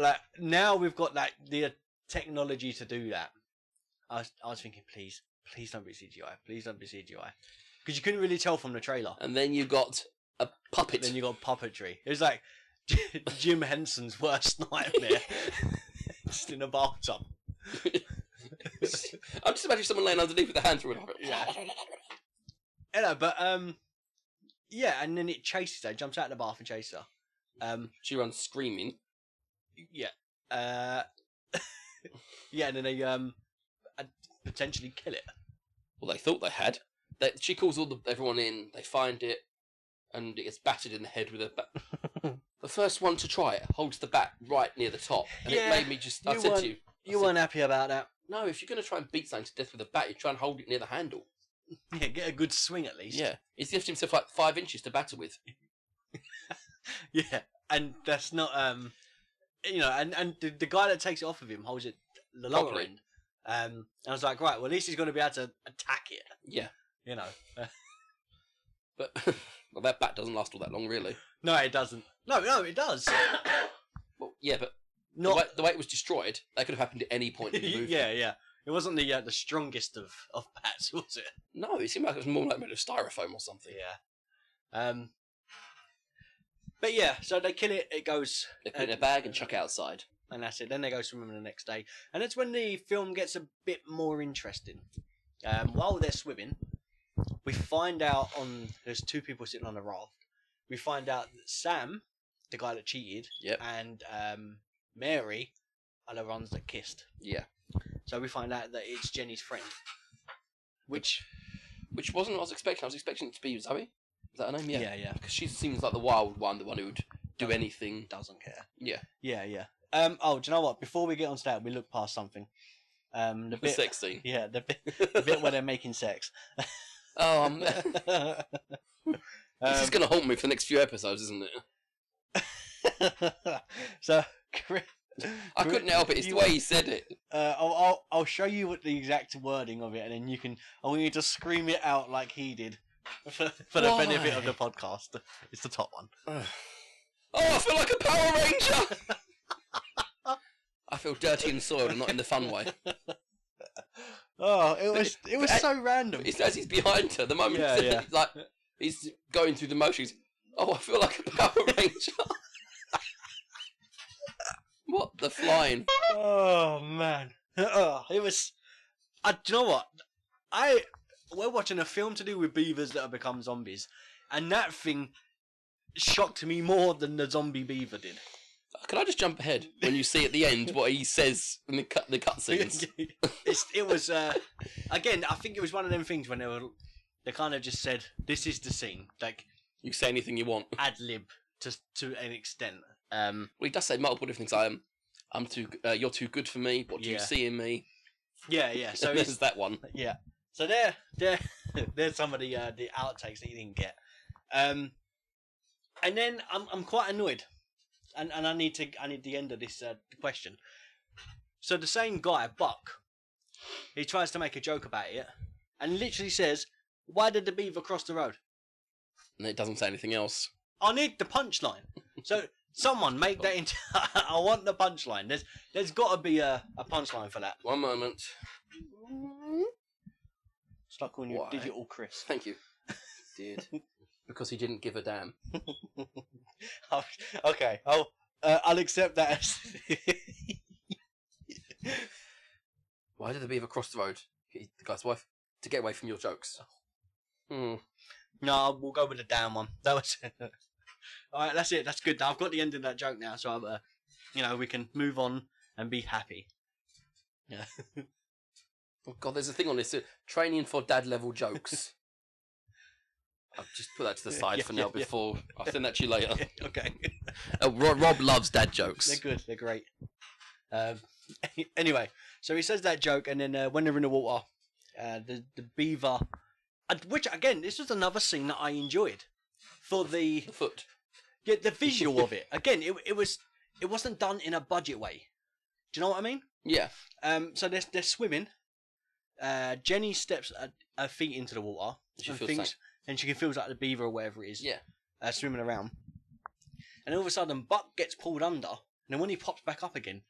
A: like now we've got like the technology to do that. I was, I was thinking, please, please don't be CGI. Please don't be CGI, because you couldn't really tell from the trailer.
B: and then you got a puppet.
A: Then you got puppetry. It was like Jim Henson's worst nightmare, just in a bathtub.
B: I'm just imagining someone laying underneath with their hands through it.
A: Yeah. You know, but um, yeah, and then it chases her, jumps out of the bath and chases her. Um,
B: She runs screaming.
A: yeah, uh, yeah, and then they um, uh, potentially kill it.
B: Well, they thought they had. They, she calls all the, everyone in. They find it, and it gets battered in the head with a. Ba- the first one to try it holds the bat right near the top, and
A: Yeah,
B: it made me just. I
A: you
B: said
A: weren't-
B: to you,
A: You weren't happy about that.
B: no, if you're going to try and beat something to death with a bat, you try and hold it near the handle.
A: Yeah, get a good swing at least.
B: Yeah, he's left himself like five inches to batter with.
A: yeah, and that's not um, you know, and and the, the guy that takes it off of him holds it the lower
B: Properly.
A: end. Um, I was like, right, well, at least he's going to be able to attack it.
B: Yeah,
A: You know,
B: but well, that bat doesn't last all that long, really.
A: no, it doesn't. No, no, it does.
B: Well, yeah, but the,
A: Not.
B: way, the way it was destroyed, that could have happened at any point in the movie.
A: yeah, yeah. It wasn't the uh, the strongest of of bats, was it?
B: No, it seemed like it was more like made of styrofoam or something.
A: Yeah. Um. But yeah, so they kill it. It goes,
B: They put it in a bag and chuck it outside.
A: and that's it. Then they go swimming the next day, and that's when the film gets a bit more interesting. Um, while they're swimming, we find out on there's two people sitting on a raft. We find out that Sam, the guy that cheated,
B: Yep.
A: and um, Mary are the ones that kissed.
B: Yeah.
A: So we find out that it's Jenny's friend, which
B: which wasn't what I was expecting. I was expecting it to be Zoe. Is that her name?
A: yeah,
B: Yeah.
A: yeah,
B: Because she seems like the wild one, the one who would do
A: Doesn't-
B: anything.
A: doesn't care.
B: Yeah.
A: Yeah, yeah. Um, oh, do you know what? Before we get on to that, we look past something. Um, the
B: The
A: bit,
B: sex scene.
A: yeah, the bit, the bit where they're making sex.
B: Oh, I'm- this
A: um,
B: is going to haunt me for the next few episodes, isn't it?
A: so, Chris,
B: I
A: Chris,
B: couldn't help it. It's the
A: you-
B: way he said it.
A: Uh, I'll, I'll I'll show you what the exact wording of it, and then you can. I want you to scream it out like he did, for, for the benefit of the podcast. It's the top one.
B: oh, I feel like a Power Ranger! I feel dirty and soiled and not in the fun way.
A: Oh, it was it was
B: but-
A: so random.
B: It's as he's behind her, the moment
A: Yeah,
B: he said
A: yeah.
B: it, like he's going through the motions. Oh, I feel like a Power Ranger. what the flying?
A: Oh man, oh, it was. I do you know what I. We're watching a film to do with beavers that have become zombies, and that thing shocked me more than the zombie beaver did.
B: Can I just jump ahead when you see at the end what he says in the cut the cutscenes?
A: it's, it was uh, again. I think it was one of them things when they were they kind of just said, "This is the scene." Like
B: You say anything you want. Well,
A: ad lib to to an extent. Um,
B: he does say multiple different things. I am, I'm too. Uh, you're too good for me. What do you
A: Yeah.
B: see in me?
A: yeah, yeah. So
B: So
A: it's,
B: there's that one.
A: Yeah. So there, there, there's some of the uh, the outtakes that you didn't get. Um, and then I'm I'm quite annoyed, and and I need to I need the end of this uh, question. So the same guy Buck, he tries to make a joke about it, and literally says, "Why did the beaver cross the road?"
B: And it doesn't say anything else.
A: I need the punchline. So someone make that into. I want the punchline. There's there's got to be a, a punchline for that.
B: One moment.
A: Stuck on your
B: Why?
A: digital Chris.
B: Thank you. Did because he didn't give a damn.
A: okay, I'll uh, I'll accept that. as-
B: Why did the beaver cross the road? He- The guy's wife to get away from your jokes.
A: Oh.
B: Hmm.
A: no, we'll go with the down one. That was all right. That's it. That's good. I've got the end of that joke now, so I'm, uh, you know we can move on and be happy.
B: Oh God, there's a thing on this. uh, Training for dad level jokes. I'll just put that to the side
A: Yeah,
B: for
A: yeah,
B: now.
A: yeah.
B: Before I'll send that to you later.
A: okay,
B: Uh, Rob, Rob loves dad
A: they're
B: jokes.
A: good. They're great. Um, anyway, so he says that joke, and then uh, when they're in the water, uh, the the beaver, and which again, this was another scene that I enjoyed for the
B: The foot.
A: Yeah, the visual of it. Again, it it was it wasn't done in a budget way. Do you know what I mean?
B: Yeah.
A: Um, so they're they're swimming. Uh, Jenny steps her, her uh, feet into the water.
B: She
A: and
B: feels
A: things,
B: safe.
A: and she can feels like the beaver or whatever it is
B: Yeah.
A: uh, swimming around. And all of a sudden, Buck gets pulled under, and then when he pops back up again,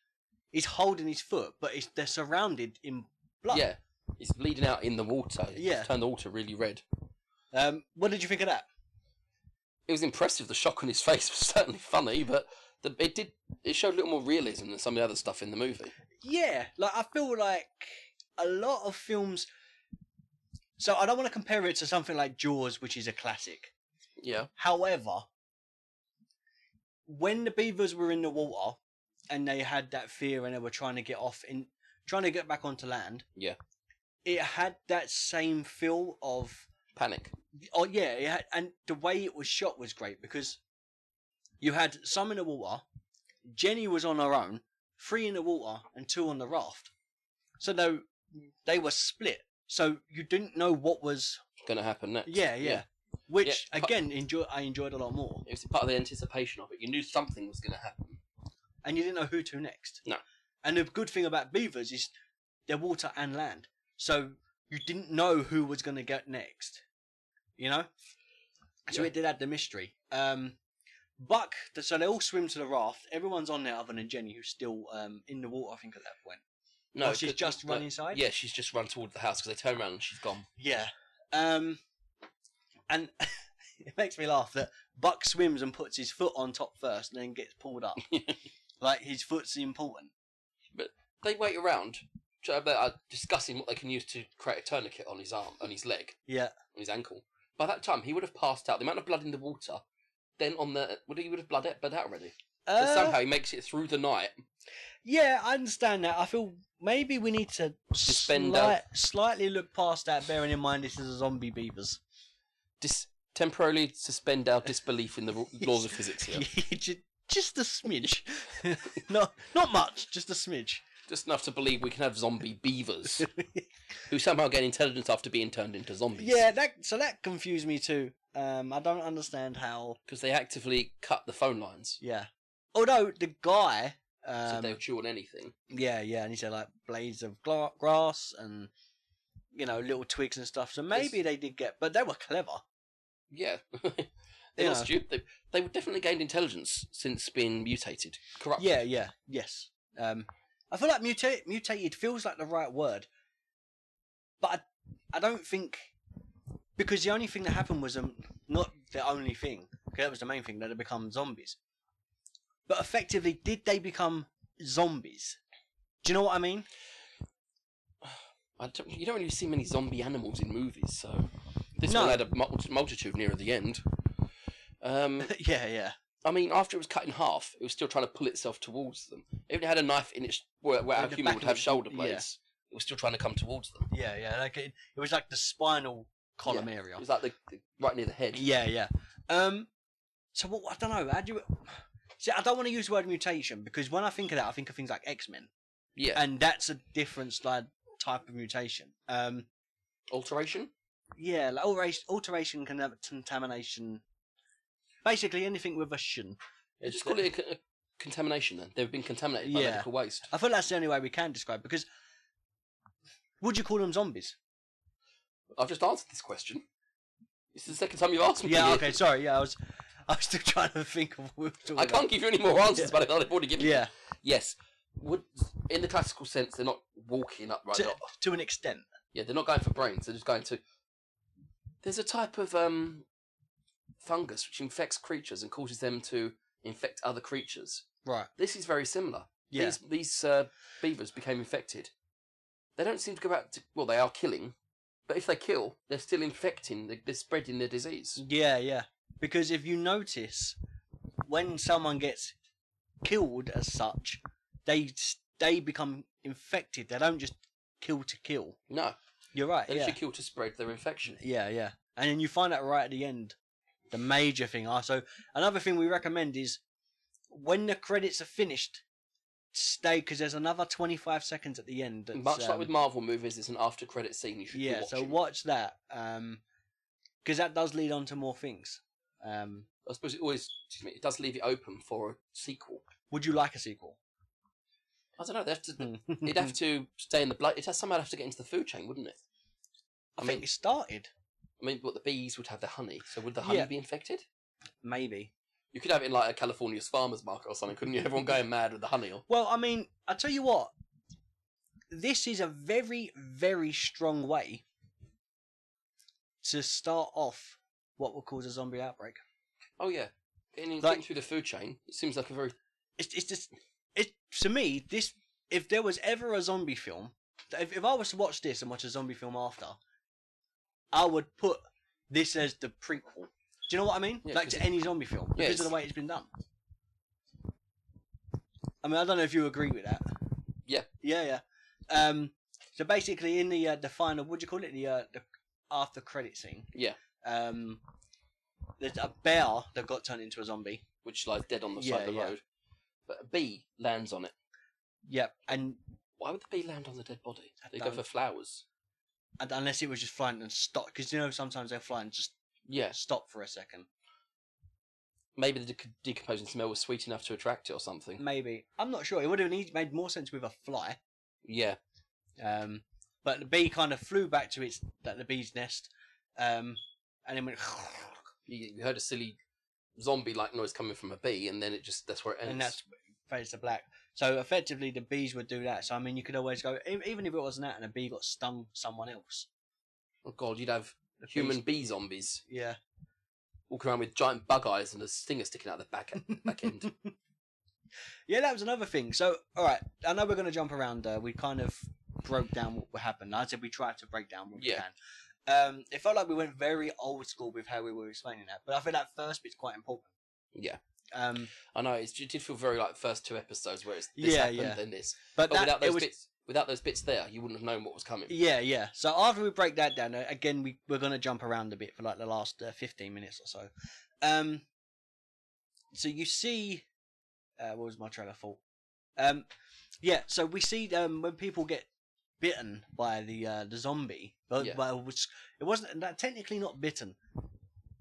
A: he's holding his foot, but it's, they're surrounded in blood.
B: Yeah. It's bleeding out in the water. It's
A: Yeah.
B: Turned the water really red.
A: Um, what did you think of that?
B: It was impressive. The shock on his face was certainly funny, but the, it did it showed a little more realism than some of the other stuff in the movie.
A: Yeah, like I feel like a lot of films. So I don't want to compare it to something like Jaws, which is a classic.
B: Yeah.
A: However, when the beavers were in the water and they had that fear and they were trying to get off in trying to get back onto land,
B: Yeah.
A: it had that same feel of
B: Panic.
A: oh yeah, it had, and the way it was shot was great because you had some in the water, Jenny was on her own, three in the water and two on the raft, so they they were split, so you didn't know what was
B: Gonna happen next.
A: yeah yeah.
B: Yeah.
A: Which
B: Yeah, but-
A: again, enjoy I enjoyed a lot more.
B: It was part of the anticipation of it. You knew something was gonna happen.
A: and you didn't know who to next.
B: No.
A: And the good thing about beavers is they're water and land, so you didn't know who was going to get next. You know, so
B: Yeah.
A: it did add the mystery. Um, Buck, th- so they all swim to the raft. Everyone's on there other than Jenny, who's still um, in the water. I think at that point.
B: No,
A: Oh, she's
B: 'cause-
A: just run
B: but-
A: inside.
B: Yeah, she's just run toward the house because they turn around and she's gone.
A: Yeah. Um, and it makes me laugh that Buck swims and puts his foot on top first, and then gets pulled up. like his foot's important.
B: They wait around, ch- uh, uh, discussing what they can use to create a tourniquet on his arm, on his leg,
A: Yeah.
B: on his ankle. By that time, he would have passed out. The amount of blood in the water, then on the would he would have blood out, blood out already. But
A: Uh,
B: somehow he makes it through the night.
A: Yeah, I understand that. I feel maybe we need to
B: Suspend
A: slight, slightly look past that, bearing in mind this is a zombie beavers.
B: Dis- temporarily suspend our disbelief in the ru- laws of physics here.
A: Ju- just a smidge, not not much, just a smidge.
B: Just enough to believe we can have zombie beavers who somehow gain intelligence after being turned into zombies.
A: yeah, that so that confused me too. Um, I don't understand how.
B: Because they actively cut the phone lines.
A: Yeah, although the guy,
B: so
A: um,
B: they'll chew on anything.
A: yeah, yeah, and he said like blades of gla- grass and you know little twigs and stuff. So maybe they did get, but they were clever.
B: Yeah. They're not
A: Yeah.
B: stupid. They, they would definitely gained intelligence since being mutated, corrupted.
A: Yeah, yeah, yes. Um, I feel like muta- mutated feels like the right word, but I, I don't think because the only thing that happened was um, not the only thing. 'cause That was the main thing that they become zombies. But effectively, did they become zombies? Do you know what I mean?
B: I don't, you don't really see many zombie animals in movies, so this
A: No.
B: one had a mul- multitude near the end. Um,
A: yeah, yeah,
B: I mean, after it was cut in half, it was still trying to pull itself towards them. Even it had a knife in its where, where
A: Like
B: a
A: the
B: human
A: back
B: would
A: of
B: have
A: it,
B: shoulder
A: yeah.
B: blades, it was still trying to come towards them.
A: yeah, yeah. Like it, it was like the spinal column area.
B: It was like the, the- right near the head.
A: Yeah, yeah. Um, so what? I don't know. How do you? See, I don't want to use the word mutation because when I think of that, I think of things like X Men,
B: Yeah.
A: and that's a different like, type of mutation. Um,
B: Alteration.
A: yeah, like alteration, alteration, can have contamination. Basically, anything with a shin.
B: Yeah, just call it a, co- a contamination. Then they've been contaminated by
A: Yeah.
B: medical waste.
A: I feel that's the only way we can describe because. Would you call them zombies?
B: I've just answered this question. It's the second time you've asked me.
A: Yeah.
B: it.
A: Okay. Sorry. Yeah, I was. I was still trying to think of. What we were talking
B: I can't give you any more answers, but I've already
A: About.
B: given.
A: Yeah.
B: Yes. Would in the classical sense, they're not walking upright.
A: To,
B: they're not-
A: to an extent.
B: Yeah, they're not going for brains. They're just going to. There's a type of um, fungus which infects creatures and causes them to infect other creatures.
A: Right.
B: This is very similar.
A: Yeah.
B: These these uh, beavers became infected. They don't seem to go back to. Well, they are killing, but if they kill, they're still infecting. They're, they're spreading their disease.
A: Yeah, yeah. Because if you notice, when someone gets killed as such, they s- they become infected. They don't just kill to kill.
B: No,
A: You're right.
B: they
A: yeah.
B: should kill to spread their infection.
A: yeah, yeah. And then you find out right at the end, the major thing. Ah, so another thing we recommend is when the credits are finished, stay because there's another 25 seconds at the end. That's,
B: Much like
A: um,
B: with Marvel movies, it's an after credit scene you should be
A: yeah. So
B: watching.
A: watch that, um, because that does lead on to more things. Um,
B: I suppose it always excuse me, it does leave it open for a sequel.
A: would you like a sequel?
B: I don't know. They have to It'd
A: Mm-hmm.
B: have to stay in the blood. It has somehow have to get into the food chain, wouldn't it?
A: I
B: I
A: think
B: mean-
A: it started.
B: I mean, what the bees would have their honey, so would the honey
A: Yeah.
B: be infected?
A: Maybe.
B: You could have it in like a California's farmers market or something, couldn't you? Everyone going mad with the honey. Or...
A: Well, I mean, I tell you what, this is a very, very strong way to start off what will cause a zombie outbreak.
B: Oh yeah, and in
A: Like-
B: through the food chain, it seems like a very
A: It's, it's just, it to me, this if there was ever a zombie film, if, if I was to watch this and watch a zombie film after, I would put this as the prequel. Do you know what I mean?
B: Yeah,
A: like
B: 'cause
A: to
B: it-
A: any zombie film because
B: Yeah,
A: of
B: it's-
A: the way it's been done. I mean, I don't know if you agree with that.
B: Yeah.
A: Yeah, yeah. Um, so basically, in the uh, the final, what do you call it? The, uh, the after credit scene.
B: Yeah.
A: Um, there's a bear that got turned into a zombie.
B: which lies dead on the
A: Yeah,
B: side of the
A: yeah.
B: road. But a bee lands on it.
A: Yep. And,
B: Why would the bee land on the dead body?
A: I
B: They go
A: don't-
B: for flowers.
A: and unless it was just flying and stop, because you know sometimes they'll fly and just
B: Yeah,
A: stop for a second.
B: maybe the dec- decomposing smell was sweet enough to attract it or something.
A: Maybe I'm not sure. It would have need- made more sense with a fly.
B: Yeah,
A: Um, but the bee kind of flew back to its that the bee's nest. Um, and then went.
B: you, you heard a silly zombie-like noise coming from a bee, and then it just that's where it ends.
A: and that's fades to black. So effectively, the bees would do that. So I mean, you could always go e- even if it wasn't that, and a bee got stung someone else.
B: oh god, you'd have
A: the bees-
B: human bee zombies
A: yeah.
B: walking around with giant bug eyes and a stinger sticking out the back end. back end.
A: yeah, that was another thing. So all right, I know we're gonna jump around. Uh, we kind of broke down what happened. I said we tried to break down what we
B: Yeah.
A: can. Um, it felt like we went very old school with how we were explaining that, but I think that first bit's quite important.
B: Yeah.
A: Um,
B: I know it's, it did feel very like first two episodes where it's this
A: Yeah,
B: happened
A: yeah.
B: then this,
A: but
B: but without
A: that it
B: those
A: was
B: bits, without those bits there, you wouldn't have known what was coming.
A: Yeah, yeah. So after we break that down, uh, again, we we're gonna jump around a bit for like the last uh, fifteen minutes or so. Um, so you see, uh, what was my trailer for? Um, yeah. So we see um when people get bitten by the uh, the zombie, but
B: Yeah.
A: well, which it wasn't that technically not bitten,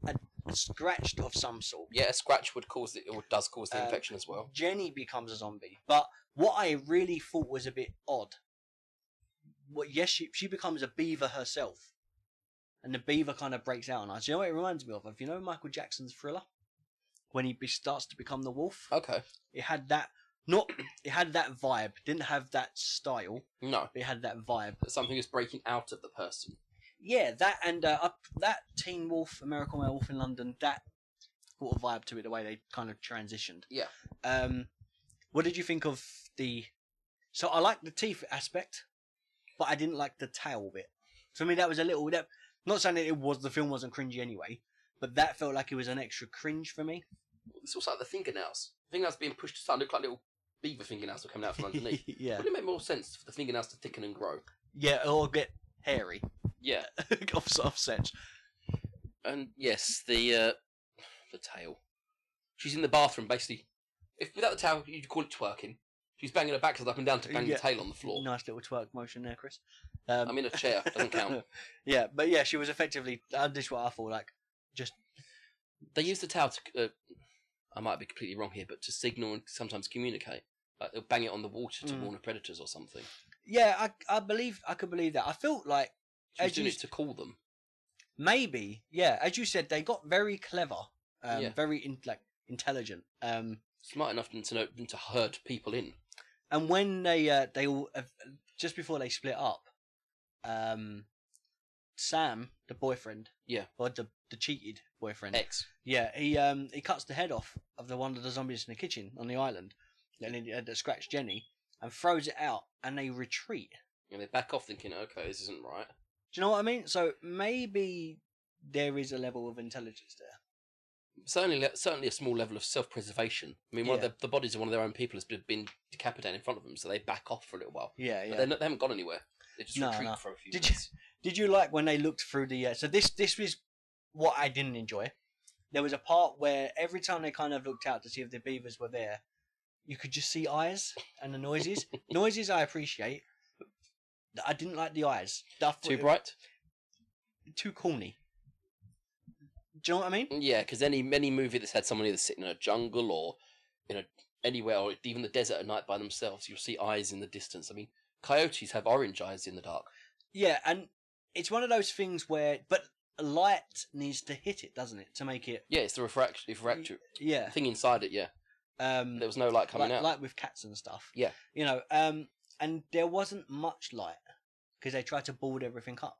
A: a scratched of some sort.
B: Yeah, a scratch would cause it, or does cause the
A: Um,
B: infection as well.
A: Jenny becomes a zombie. But what I really thought was a bit odd. What? Yes, she she becomes a beaver herself, and the beaver kind of breaks out on us. You know what it reminds me of? If you know Michael Jackson's Thriller, when he be, starts to become the wolf,
B: Okay,
A: it had that not it had that vibe. Didn't have that style.
B: no,
A: But it had that vibe.
B: that something is breaking out of the person.
A: Yeah, that and uh, up that Teen Wolf, American Werewolf in London, that sort of vibe to it, the way they kind of transitioned.
B: Yeah.
A: Um, what did you think of the? So I liked the teeth aspect, but I didn't like the tail bit. For me, that was a little. That, not saying that it was the film wasn't cringy anyway, but that felt like it was an extra cringe for me.
B: It's also like the fingernails. The fingernails being pushed aside look like little beaver fingernails were coming out from underneath.
A: yeah.
B: Wouldn't it make more sense for the fingernails to thicken and grow?
A: Yeah, or get hairy,
B: Yeah,
A: off offset.
B: and yes, the uh, the tail. She's in the bathroom basically. If without the tail, you'd call it twerking. She's banging her backside up and down to bang
A: Yeah.
B: the tail on the floor.
A: Nice little twerk motion there, Chris. Um,
B: I'm in a chair. Doesn't count.
A: yeah, but yeah, she was effectively. Uh, this is what I thought. Like,
B: they use the towel to. Uh, I might be completely wrong here, but to signal and sometimes communicate. Like they'll bang it on the water to
A: Mm.
B: warn of predators or something.
A: yeah, I I believe I could believe that. I felt like
B: She was
A: As
B: doing
A: you-
B: it to call them.
A: maybe yeah, as you said, they got very clever, um,
B: Yeah.
A: very in, like intelligent. Um,
B: Smart enough to know them to herd people in.
A: and when they uh, they all uh, just before they split up, um, Sam the boyfriend,
B: Yeah.
A: or the the cheated boyfriend,
B: X.
A: yeah, he um he cuts the head off of the one of the zombies in the kitchen on the island, and it, uh, that scratched Jenny, and throws it out, and they retreat.
B: And they back off thinking, okay, this isn't right.
A: Do you know what I mean? So maybe there is a level of intelligence there.
B: Certainly, le- certainly a small level of self preservation. I mean, one
A: Yeah.
B: of the, the bodies of one of their own people has been- been decapitated in front of them, so they back off for a little while.
A: Yeah,
B: But they're not, they haven't gone anywhere. They just
A: No,
B: retreat
A: no.
B: for a few
A: Did you-
B: minutes.
A: Did you like when they looked through the? Uh, so this this was what I didn't enjoy. There was a part where every time they kind of looked out to see if the beavers were there, you could just see eyes and the noises. noises I appreciate. I didn't like the eyes. I thought
B: Too
A: it-
B: bright?
A: Too corny. Do you know what I mean?
B: Yeah, because any any movie that's had someone either sitting in a jungle or you know anywhere or even the desert at night by themselves, you'll see eyes in the distance. I mean, coyotes have orange eyes in the dark.
A: Yeah, and it's one of those things where, but light needs to hit it, doesn't it, to make it?
B: Yeah, it's the refraction, refractor
A: Yeah.
B: thing inside it. Yeah,
A: Um,
B: there was no light coming
A: like,
B: out.
A: like with cats and stuff.
B: Yeah.
A: You know, um, and there wasn't much light because they tried to board everything up.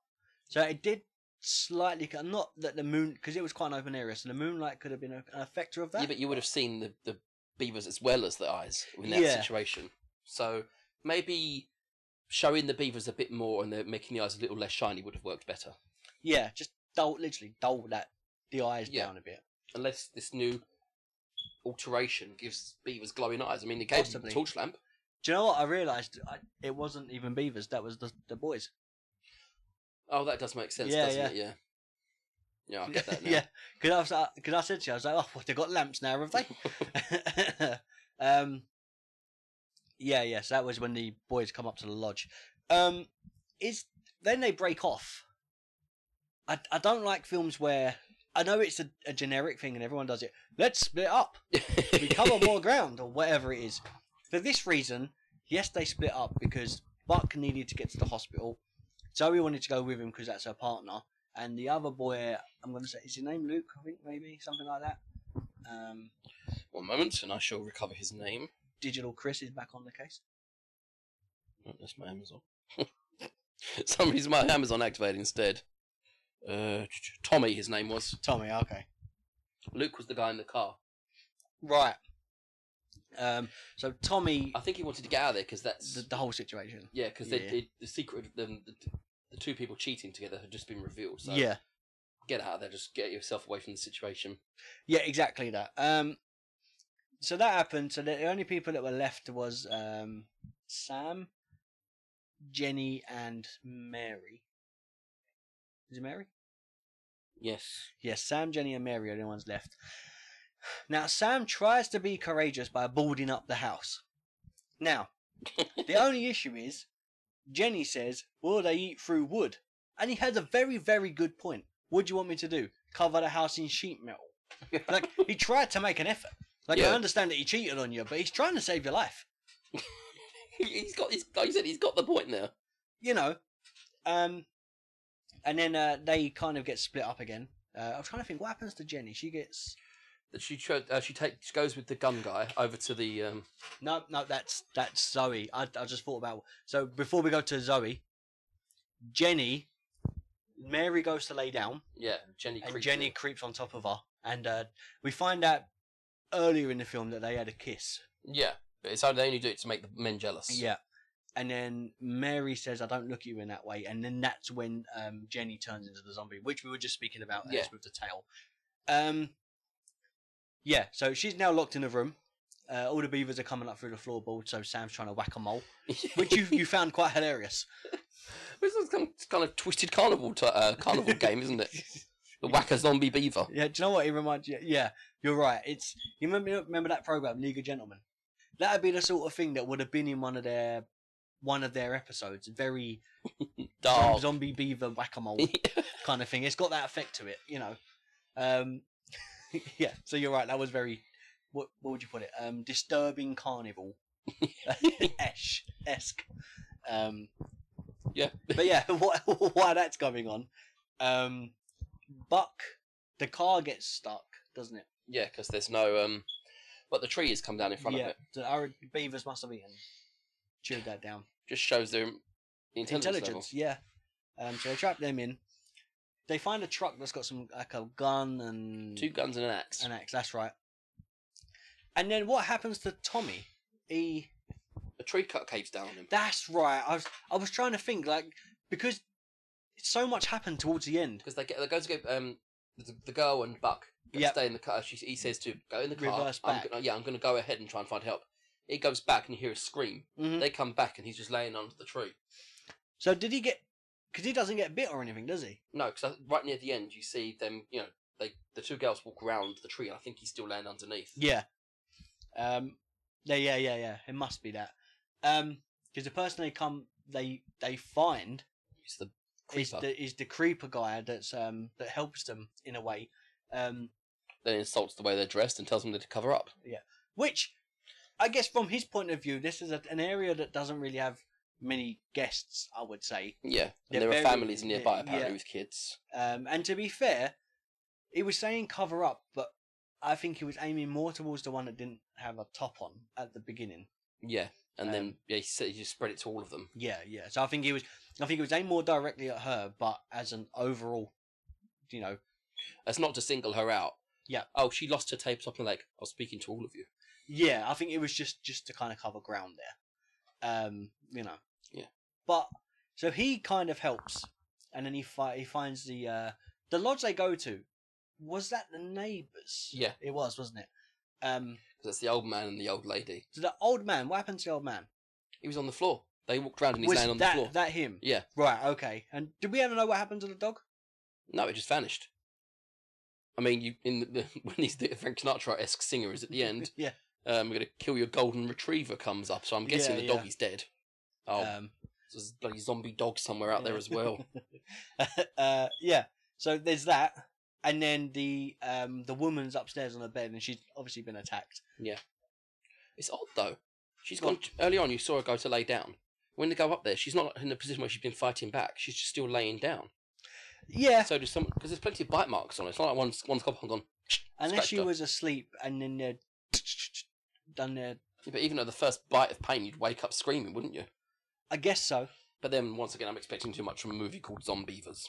A: So it did slightly, co- not that the moon, because it was quite an open area, so the moonlight could have been a, an effector of that.
B: Yeah, but you would have seen the, the beavers as well as the eyes in that
A: Yeah.
B: situation. So maybe showing the beavers a bit more and the, making the eyes a little less shiny would have worked better.
A: Yeah, just dull, literally dull that, the eyes
B: Yeah.
A: down a bit.
B: Unless this new alteration gives beavers glowing eyes. I mean, they gave them a
A: Possibly.
B: torch lamp.
A: Do you know what? I realised I, it wasn't even beavers, that was the, the boys.
B: Oh, that does make sense,
A: Yeah,
B: doesn't
A: yeah.
B: it? Yeah. Yeah, I get that now.
A: yeah, because I, was like- 'cause I said to you, I was like, oh, well, they've got lamps now, have they? um, yeah, yeah, so that was when the boys come up to the lodge. Um, is Then they break off. I, I don't like films where. I know it's a, a generic thing and everyone does it. Let's split up. We cover more ground or whatever it is. For this reason, yes, they split up because Buck needed to get to the hospital. Zoe wanted to go with him because that's her partner. And the other boy, I'm going to say, is his name Luke, I think, maybe? Something like that. Um,
B: One moment, and I shall recover his name.
A: Digital Chris is back on the case.
B: Oh, that's my Amazon. Somebody's my Amazon activated instead. Uh, Tommy, his name was.
A: Tommy, okay.
B: Luke was the guy in the car.
A: Right. Um, so, Tommy,
B: I think he wanted to get out of there because that's
A: the, the whole situation.
B: yeah, because
A: Yeah.
B: the secret of them, the, the two people cheating together had just been revealed. So
A: Yeah.
B: get out of there, just get yourself away from the situation.
A: Yeah, exactly that. Um, so that happened. So the the only people that were left was um, Sam, Jenny, and Mary. Is it Mary?
B: Yes,
A: Yes, Sam, Jenny, and Mary are the only ones left. Now, Sam tries to be courageous by boarding up the house. Now, the only issue is Jenny says, Will they eat through wood? And he has a very, very good point. What do you want me to do? Cover the house in sheet metal. like, he tried to make an effort. Like,
B: Yeah.
A: I understand that he cheated on you, but he's trying to save your life.
B: he's got. He's, like you said, he's got the point there.
A: you know, um, and then uh, they kind of get split up again. Uh, I'm trying to think what happens to Jenny. She gets
B: That she tra- uh, she takes goes with the gun guy over to the um,
A: no, no. That's that's Zoe. I, I just thought about so before we go to Zoe, Jenny, Mary goes to lay down,
B: yeah Jenny.
A: and
B: Creeper.
A: Jenny creeps on top of her, and uh, we find out earlier in the film that they had a kiss.
B: Yeah, but it's only they only do it to make the men jealous.
A: Yeah. And then Mary says, "I don't look at you in that way." And then that's when um, Jenny turns into the zombie, which we were just speaking about as
B: Yeah.
A: with the tail. Um, yeah. So she's now locked in a room. Uh, all the beavers are coming up through the floorboard, so Sam's trying to whack a mole, which you you found quite hilarious.
B: This is some kind of twisted carnival t- uh, carnival game, isn't it? The whack a zombie beaver.
A: Yeah. Do you know what it reminds you? Yeah, you're right. It's you remember remember that program, League of Gentlemen. That'd be the sort of thing that would have been in one of their one of their episodes. Very
B: Dark.
A: zombie beaver whack a mole. kind of thing. It's got that effect to it, you know. Um, yeah, so you're right. That was very, what, what would you put it? Um, disturbing carnival. Esh, esque. Um,
B: Yeah.
A: but yeah, what, why that's going on. Um, Buck, the car gets stuck, doesn't it?
B: Yeah, because there's no um, but the tree has come down in front
A: yeah,
B: of it.
A: the our beavers must have eaten. Chewed that down.
B: Just shows their intelligence. level.
A: intelligence yeah. Um, so they trap them in. They find a truck that's got some like a gun and
B: Two guns and an axe.
A: An axe, that's right. And then what happens to Tommy? He
B: A tree cut caves down on him.
A: that's right. I was I was trying to think like because so much happened towards the end.
B: Because they get they go to go um the, the girl and Buck go
A: Yep.
B: stay in the car. She he says to go in the car.
A: Reverse
B: I'm
A: back.
B: gonna, yeah, I'm going to go ahead and try and find help. He goes back and you hear a scream.
A: Mhm.
B: They come back and he's just laying under the tree.
A: So did he get? Because he doesn't get bit or anything, does he?
B: No, because right near the end you see them. You know, they the two girls walk round the tree. and I think he's still laying underneath.
A: Yeah. Um. Yeah, yeah, yeah, yeah. It must be that. Um. Because the person they come, they they find
B: It's the
A: is
B: creeper.
A: the is the creeper guy that's um that helps them in a way. Um.
B: Then insults the way they're dressed and tells them to cover up.
A: which I guess from his point of view, this is a, an area that doesn't really have many guests, I would say.
B: Yeah,
A: They're
B: and there
A: very-
B: are families
A: yeah,
B: nearby apparently
A: yeah.
B: with kids.
A: Um, and to be fair, he was saying cover up, but I think he was aiming more towards the one that didn't have a top on at the beginning.
B: Yeah, and
A: Um,
B: then yeah, he said he just spread it to all of them.
A: Yeah, yeah. So I think he was, I think it was aimed more directly at her, but as an overall, you know,
B: That's not to single her out.
A: Yeah.
B: Oh, she lost her tape top and leg. I was speaking to all of you.
A: yeah, I think it was just just to kind of cover ground there. Um, you know.
B: Yeah.
A: But so he kind of helps, and then he fi- he finds the uh the lodge they go to. Was that the neighbours?
B: Yeah.
A: it was, wasn't it? Um,
B: 'Cause that's the old man and the old lady.
A: so the old man. What happened to the old man?
B: He was on the floor. They walked round and he's
A: was
B: laying on
A: that
B: the floor.
A: that him?
B: Yeah.
A: Right. Okay. And did we ever know what happened to the dog?
B: No, it just vanished. I mean, you in the, the when he's the Frank Sinatra esque singer is at the end.
A: yeah.
B: Um, we're gonna kill your golden retriever comes up. So I'm guessing
A: Yeah,
B: the
A: yeah.
B: dog is dead. Oh,
A: Um,
B: there's a bloody zombie dog somewhere out there
A: yeah.
B: as well.
A: uh, yeah. So there's that, and then the um the woman's upstairs on her bed, and she's obviously been attacked.
B: It's odd though. She's gone
A: What?
B: early on. You saw her go to lay down. When they go up there, she's not in a position where she's been fighting back. She's just still laying down.
A: Yeah.
B: So does someone because there's plenty of bite marks on it. It's not like one's one's cop on gone.
A: Unless
B: scratched
A: she
B: her.
A: was asleep, and then they're done their.
B: Yeah, but even at the first bite of pain, you'd wake up screaming, wouldn't you?
A: I guess so.
B: But then once again, I'm expecting too much from a movie called Zombievers.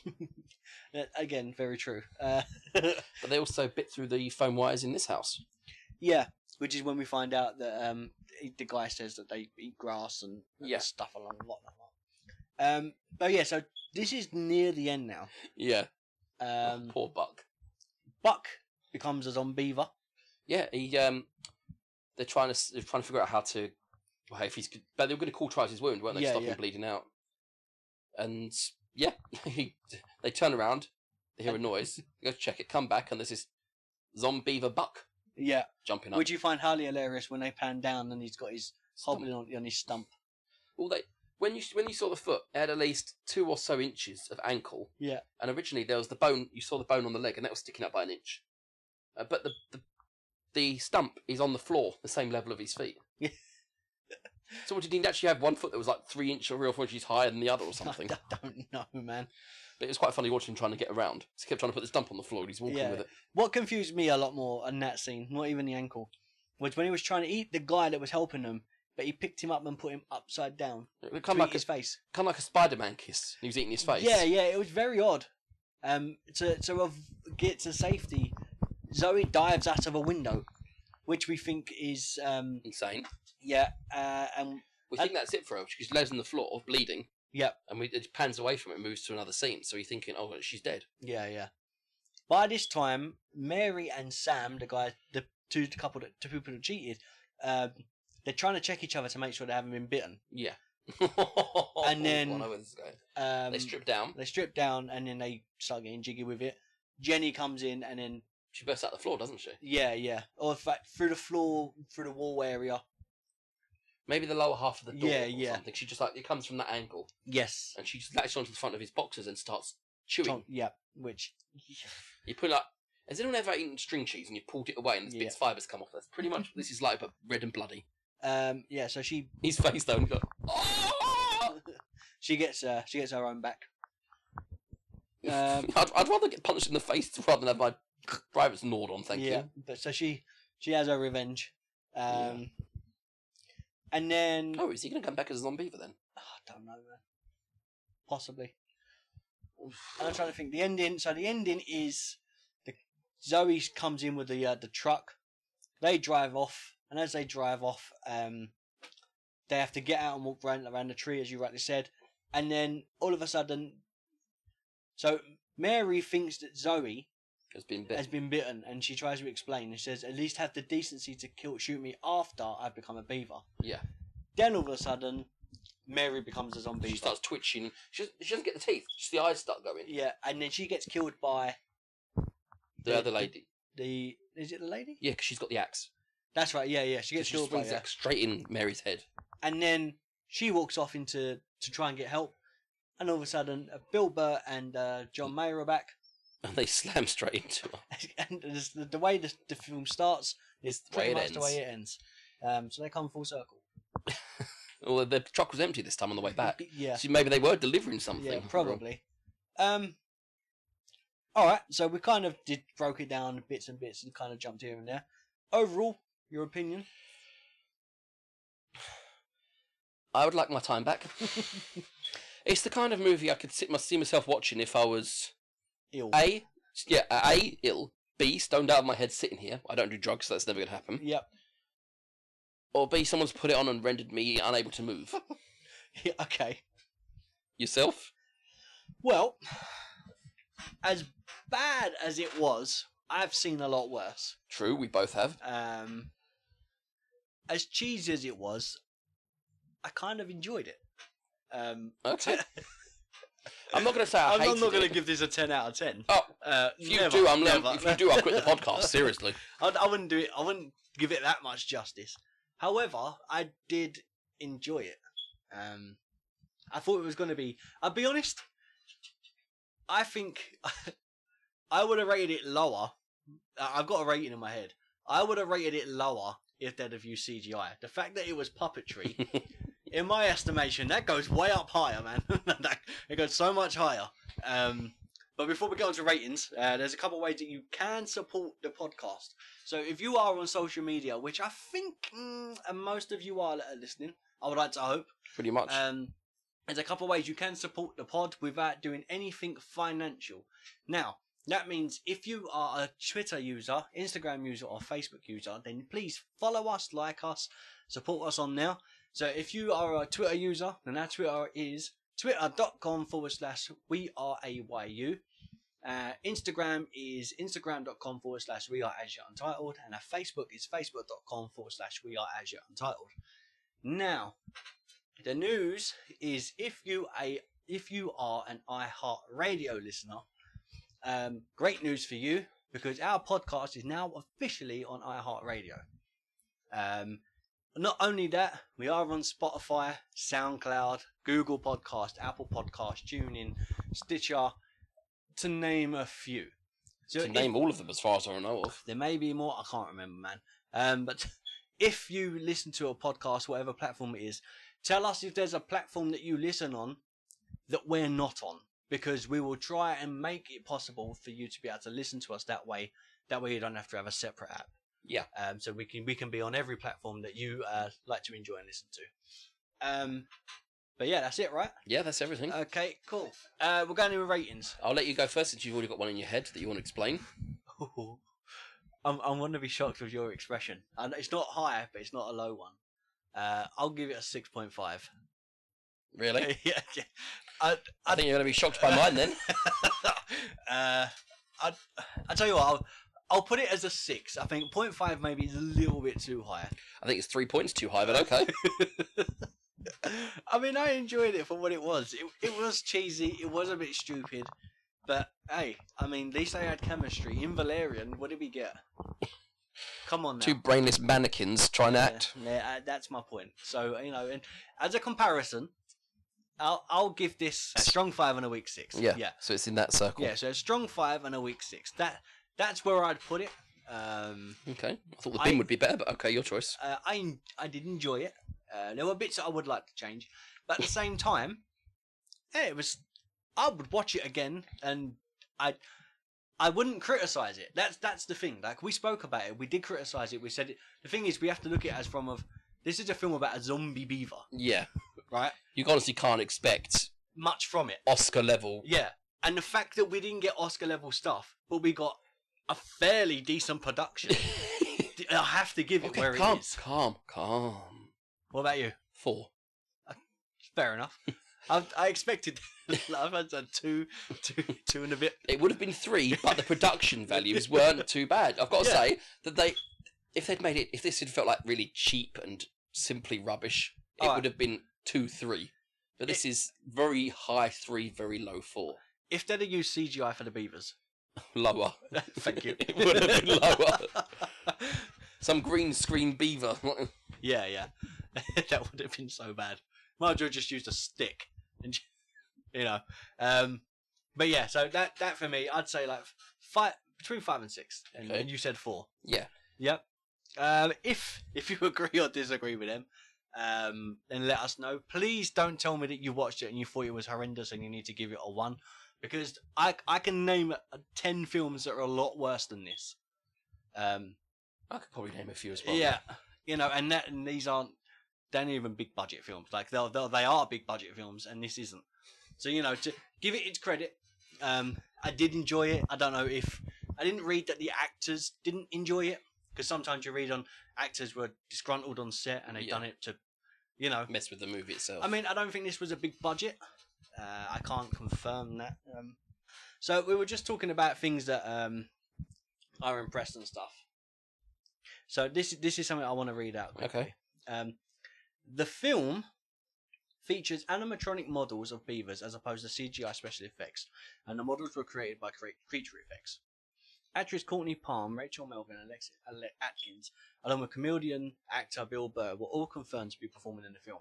A: Uh, Again, very true. Uh,
B: but they also bit through the phone wires in this house.
A: yeah, which is when we find out that um he- the guy says that they eat grass and and
B: Yeah.
A: stuff along what not. Um, but yeah, so this is near the end now.
B: Yeah.
A: Um,
B: Oh, poor Buck.
A: Buck becomes a zombeaver.
B: Yeah, he um, they're trying to s- they're trying to figure out how to, well, if he's but they were going to cauterize his wound, weren't they? to
A: Yeah,
B: Stop
A: yeah.
B: him bleeding out. And yeah, he, they turn around, they hear a noise, they go check it, come back, and there's this zombiever Buck
A: Yeah,
B: jumping up.
A: Which you find highly hilarious when they pan down and he's got his
B: Stomp.
A: hobbling on, on his stump.
B: Well, they when you when you saw the foot, it had at least two or so inches of ankle.
A: Yeah.
B: And originally there was the bone. You saw the bone on the leg, and that was sticking up by an inch. Uh, but the, the the stump is on the floor, the same level of his feet.
A: Yeah.
B: so what, did he actually have one foot that was like three inch or three or four inches higher than the other or something?
A: I don't know, man.
B: but it was quite funny watching him trying to get around. So he kept trying to put the stump on the floor, and he's walking
A: Yeah.
B: with it.
A: What confused me a lot more in that scene, not even the ankle, was when he was trying to eat the guy that was helping him, but he picked him up and put him upside down
B: It
A: to
B: kind
A: eat
B: of like a,
A: his face.
B: kind of like a Spider-Man kiss. He was eating his face.
A: Yeah, yeah, it was very odd. Um, to to av- get to safety, Zoe dives out of a window, which we think is um,
B: Insane.
A: yeah, uh, and
B: We
A: Uh,
B: think that's it for her. She lays on the floor, bleeding.
A: yeah,
B: and we, it pans away from it, moves to another scene. So you're thinking, oh, she's dead.
A: Yeah, yeah. By this time, Mary and Sam, the guy, the two couple that two people that cheated, um, they're trying to check each other to make sure they haven't been bitten.
B: Yeah. Oh,
A: And then-
B: I know where this is going.
A: Um,
B: they strip down.
A: They strip down and then they start getting jiggy with it. Jenny comes in and then
B: She bursts out the floor, doesn't she?
A: yeah, yeah, or in fact through the floor, through the wall area.
B: Maybe the lower half of the door
A: Yeah,
B: or
A: yeah.
B: something. She just like it comes from that angle,
A: Yes.
B: and she just latches onto the front of his boxes and starts chewing.
A: Chon- yeah. Which
B: You put like. Has anyone ever eaten string cheese and you pulled it away and there's
A: Yeah.
B: bits fibres come off? That's pretty much this is like, but red and bloody.
A: um yeah, so she
B: His face though, and he goes, "Oh!"
A: she gets uh, she gets her own back. Um,
B: I'd, I'd rather get punched in the face rather than have my privates gnawed on. Thank
A: yeah,
B: you.
A: but so she she has her revenge. Um
B: Yeah.
A: and then
B: Oh, is he going to come back as a zombie then?
A: I don't know, man. Possibly. And I'm trying to think. The ending. So the ending is the Zoe comes in with the uh, the truck. They drive off, and as they drive off, um, they have to get out and walk round around the tree, as you rightly said. And then all of a sudden, so Mary thinks that Zoe
B: Has been bit.
A: has been bitten, and she tries to explain. And says, "At least have the decency to kill, shoot me after I've become a beaver."
B: Yeah.
A: Then all of a sudden, Mary becomes a zombie.
B: She starts twitching. She doesn't, she doesn't get the teeth. Just the eyes start going.
A: Yeah, and then she gets killed by
B: The
A: Yeah,
B: other
A: the-
B: lady.
A: the is it the lady?
B: Yeah, because she's got the axe.
A: That's right. Yeah, yeah. She
B: So
A: gets
B: she just
A: killed by
B: swings the
A: her,
B: axe straight in Mary's head.
A: and then she walks off into to try and get help, and all of a sudden, uh, Bill Burr and uh,
B: Mm.
A: John Mayer are back,
B: And they slam straight into her.
A: and this- the, the way the, the film starts is
B: The
A: pretty
B: way it
A: much
B: ends.
A: the way it ends. Um, so they come full circle.
B: Well, the truck was empty this time on the way back.
A: yeah.
B: So maybe they were delivering something.
A: Yeah, probably. Um. All right, so we kind of did broke it down bits and bits and kind of jumped here and there. Overall, your opinion?
B: I would like my time back. it's the kind of movie I could sit my, see myself watching if I was
A: Ill.
B: a yeah a ill, b stoned out of my head sitting here. I don't do drugs, so that's never gonna happen.
A: Yep.
B: Or b someone's put it on and rendered me unable to move.
A: Yeah, okay.
B: Yourself?
A: Well, as bad as it was, I've seen a lot worse.
B: True, we both have.
A: Um. As cheesy as it was, I kind of enjoyed it. Um,
B: Okay. I'm not gonna say I
A: I'm
B: hate
A: not going to
B: it.
A: give this a 10 out of 10.
B: Oh,
A: Uh,
B: if you
A: never,
B: do, I'm
A: never.
B: if you do, I'll quit the podcast. Seriously,
A: I, I wouldn't do it. I wouldn't give it that much justice. However, I did enjoy it. Um, I thought it was going to be. I'll be honest. I think I would have rated it lower. I- I've got a rating in my head. I would have rated it lower if they'd have used CGI. The fact that it was puppetry, in my estimation, that goes way up higher, man. That- it goes so much higher. Um, but before we get on to ratings, uh, there's a couple of ways that you can support the podcast. So if you are on social media, which I think mm, and most of you are that are listening, I would like to hope.
B: pretty much.
A: Um, there's a couple of ways you can support the pod without doing anything financial. Now, that means if you are a Twitter user, Instagram user, or Facebook user, then please follow us, like us, support us on there. So if you are a Twitter user, then our Twitter is twitter.com forward slash we are AYU. Uh, Instagram is instagram.com forward slash we are as Yet untitled, and our Facebook is facebook.com forward slash we are as Yet untitled. Now, the news is if you a if you are an iHeart Radio listener, um, great news for you because our podcast is now officially on iHeartRadio. Um, not only that, we are on Spotify, SoundCloud, Google Podcast, Apple Podcast, TuneIn, Stitcher, to name a few. So
B: to
A: if-
B: name all of them as far as I know of.
A: there may be more. I can't remember, man. Um, but if you listen to a podcast, whatever platform it is, tell us if there's a platform that you listen on that we're not on, because we will try and make it possible for you to be able to listen to us that way. That way, you don't have to have a separate app.
B: Yeah.
A: Um, so we can we can be on every platform that you uh, like to enjoy and listen to. Um, but yeah, that's it, right?
B: Yeah, that's everything.
A: Okay, cool. Uh, we're going to ratings.
B: I'll let you go first since you've already got one in your head that you want to explain.
A: I'm, I'm going to be shocked with your expression. And it's not high, but it's not a low one. Uh, I'll give it a 6.5.
B: Really?
A: yeah, yeah.
B: I think you're going to be shocked by mine then.
A: uh, I, I tell you what, I'll, I'll put it as a 6. I think 0.5 maybe is a little bit too high.
B: I think it's three points too high, but okay.
A: I mean, I enjoyed it for what it was. It, it was cheesy, it was a bit stupid. But hey, I mean, at least they had chemistry. In Valerian, what did we get? Come on now.
B: Two brainless mannequins trying to act.
A: Yeah, yeah, uh, that's my point. So you know, and as a comparison, I'll I'll give this a strong five and a weak six.
B: Yeah.
A: yeah,
B: So it's in that circle.
A: yeah. So a strong five and a weak six. That that's where I'd put it. Um,
B: Okay. I thought the
A: I-
B: bin would be better, but okay, your choice.
A: uh, I en- I did enjoy it. Uh, there were bits that I would like to change, but at the same time, yeah, it was. I would watch it again, and I. I wouldn't criticize it. That's that's the thing. Like we spoke about it, we did criticize it. We said it. The thing is, we have to look at it as from of this is a film about a zombie beaver,
B: Yeah.
A: right?
B: You honestly can't expect
A: Much from it.
B: Oscar level.
A: Yeah, and the fact that we didn't get Oscar level stuff, but we got a fairly decent production. I have to give it
B: okay,
A: where
B: calm,
A: it is.
B: calm, calm.
A: What about you?
B: Four.
A: Fair enough. I, I expected. I've had a two, two, two and a bit.
B: It would have been three, but the production values weren't too bad. I've got to
A: Yeah.
B: say that they, if they'd made it, if this had felt like really cheap and simply rubbish, it
A: Alright.
B: would have been two, three. But this is very high three, very low four.
A: If they'd have used CGI for the beavers,
B: Lower.
A: thank you.
B: it would have been lower. Some green screen beaver.
A: yeah, yeah, that would have been so bad. Marjorie just used a stick, and you know, um, but yeah. So that that for me, I'd say like five between five and six, and
B: Okay.
A: you said four.
B: yeah.
A: Yep. Um, if if you agree or disagree with them, um, then let us know. Please don't tell me that you watched it and you thought it was horrendous and you need to give it a one, because I I can name uh, ten films that are a lot worse than this. Um,
B: I could probably name a few as well.
A: yeah, you know, and that and these aren't they aren't even big budget films. Like they're, they're, they are big budget films, and this isn't. So you know, to give it its credit, um, I did enjoy it. I don't know if I didn't read that the actors didn't enjoy it because sometimes you read on actors were disgruntled on set and they've
B: Yeah.
A: done it to, you know.
B: Mess with the movie itself.
A: I mean, I don't think this was a big budget. Uh, I can't confirm that. Um, so we were just talking about things that um, are impressed and stuff. So this this is something I want to read out. quickly.
B: okay.
A: Um, the film features animatronic models of beavers as opposed to CGI special effects, and the models were created by crea- creature effects. Actress Courtney Palm, Rachel Melvin, and Alex Ale- Atkins, along with comedian actor Bill Burr, were all confirmed to be performing in the film.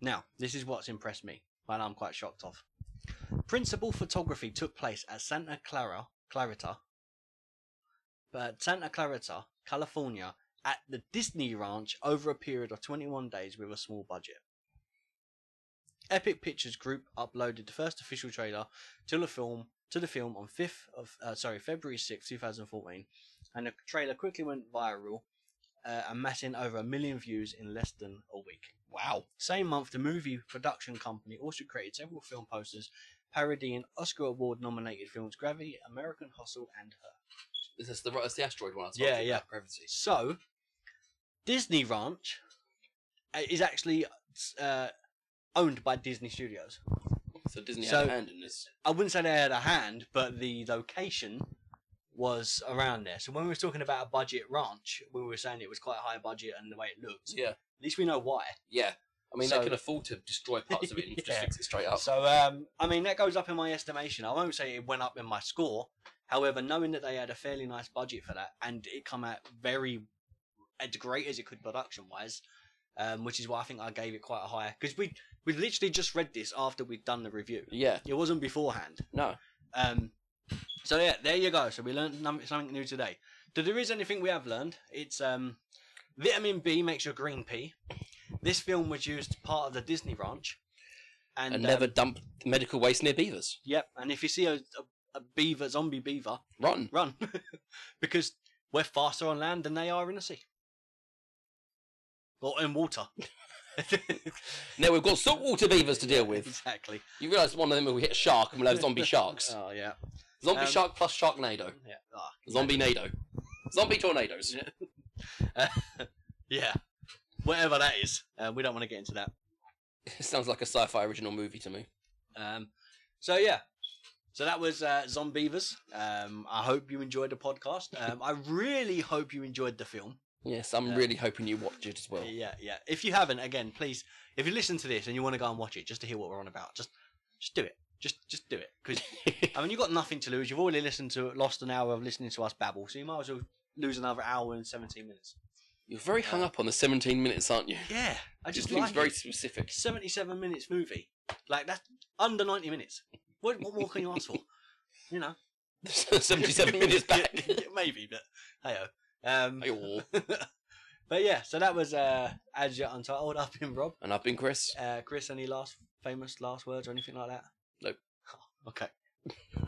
A: Now, this is what's impressed me, and I'm quite shocked of. Principal photography took place at Santa Clara, Clarita, but Santa Clarita, California, at the Disney Ranch over a period of 21 days with a small budget. Epic Pictures Group uploaded the first official trailer to the film to the film on 5th of uh, sorry February 6, 2014, and the trailer quickly went viral, uh, amassing over a million views in less than a week. Wow! Same month, the movie production company also created several film posters parodying Oscar Award nominated films Gravity, American Hustle, and Her.
B: Is this the, it's the asteroid one? I told
A: Yeah,
B: you
A: yeah.
B: about, Gravity.
A: So, Disney Ranch uh, is actually uh, owned by Disney Studios.
B: So Disney
A: So-
B: had a hand in this.
A: I wouldn't say they had a hand, but the location was around there. So when we were talking about a budget ranch, we were saying it was quite a high budget and the way it looked.
B: Yeah.
A: At least we know why.
B: Yeah. I mean,
A: So-
B: they could afford to destroy parts of it and just
A: Yeah.
B: fix it straight up.
A: So um, I mean that goes up in my estimation. I won't say it went up in my score. However, knowing that they had a fairly nice budget for that and it come out very as great as it could production wise, um, which is why I think I gave it quite a high because we we literally just read this after we'd done the review.
B: yeah.
A: It wasn't beforehand.
B: No.
A: Um, so yeah, there you go. So we learned num- something new today. So there is anything we have learned. It's um, vitamin B makes your green pea. This film was used part of the Disney Ranch, and,
B: And,
A: um,
B: never dump medical waste near beavers.
A: Yep, and if you see a, a, a beaver, zombie beaver,
B: Run.
A: run, because we're faster on land than they are in the sea, or in water.
B: Now we've got saltwater beavers to deal with.
A: exactly.
B: You realise one of them will hit a shark and we'll have zombie sharks.
A: Oh yeah,
B: Zombie
A: Um,
B: shark plus sharknado.
A: yeah, ah,
B: Zombie nado. Zombie tornadoes.
A: Yeah. yeah. Whatever that is, uh, we don't want to get into that.
B: It sounds like a sci-fi original movie to me.
A: Um, so yeah, so that was uh, Zombievers. Um, I hope you enjoyed the podcast. Um, I really hope you enjoyed the film.
B: Yes, I'm
A: Yeah.
B: really hoping you watch it as well.
A: Yeah, yeah. If you haven't, again, please, if you listen to this and you want to go and watch it, just to hear what we're on about, just just do it. Just just do it because I mean you've got nothing to lose. You've already listened to lost an hour of listening to us babble, so you might as well lose another hour and seventeen minutes.
B: You're very hung up on the 17 minutes, aren't you?
A: Yeah, I just
B: Just seems
A: like
B: very
A: it.
B: specific.
A: 77 minutes movie. Like that's under 90 minutes. What, what more can you ask for? You know,
B: 77 minutes back. oh.
A: Yeah, yeah, maybe, but hey um,
B: Ayo.
A: But yeah, so that was uh, As Yet Untitled. I've been Rob.
B: And I've been Chris.
A: Uh, Chris, any last famous last words or anything like that?
B: Nope.
A: Okay.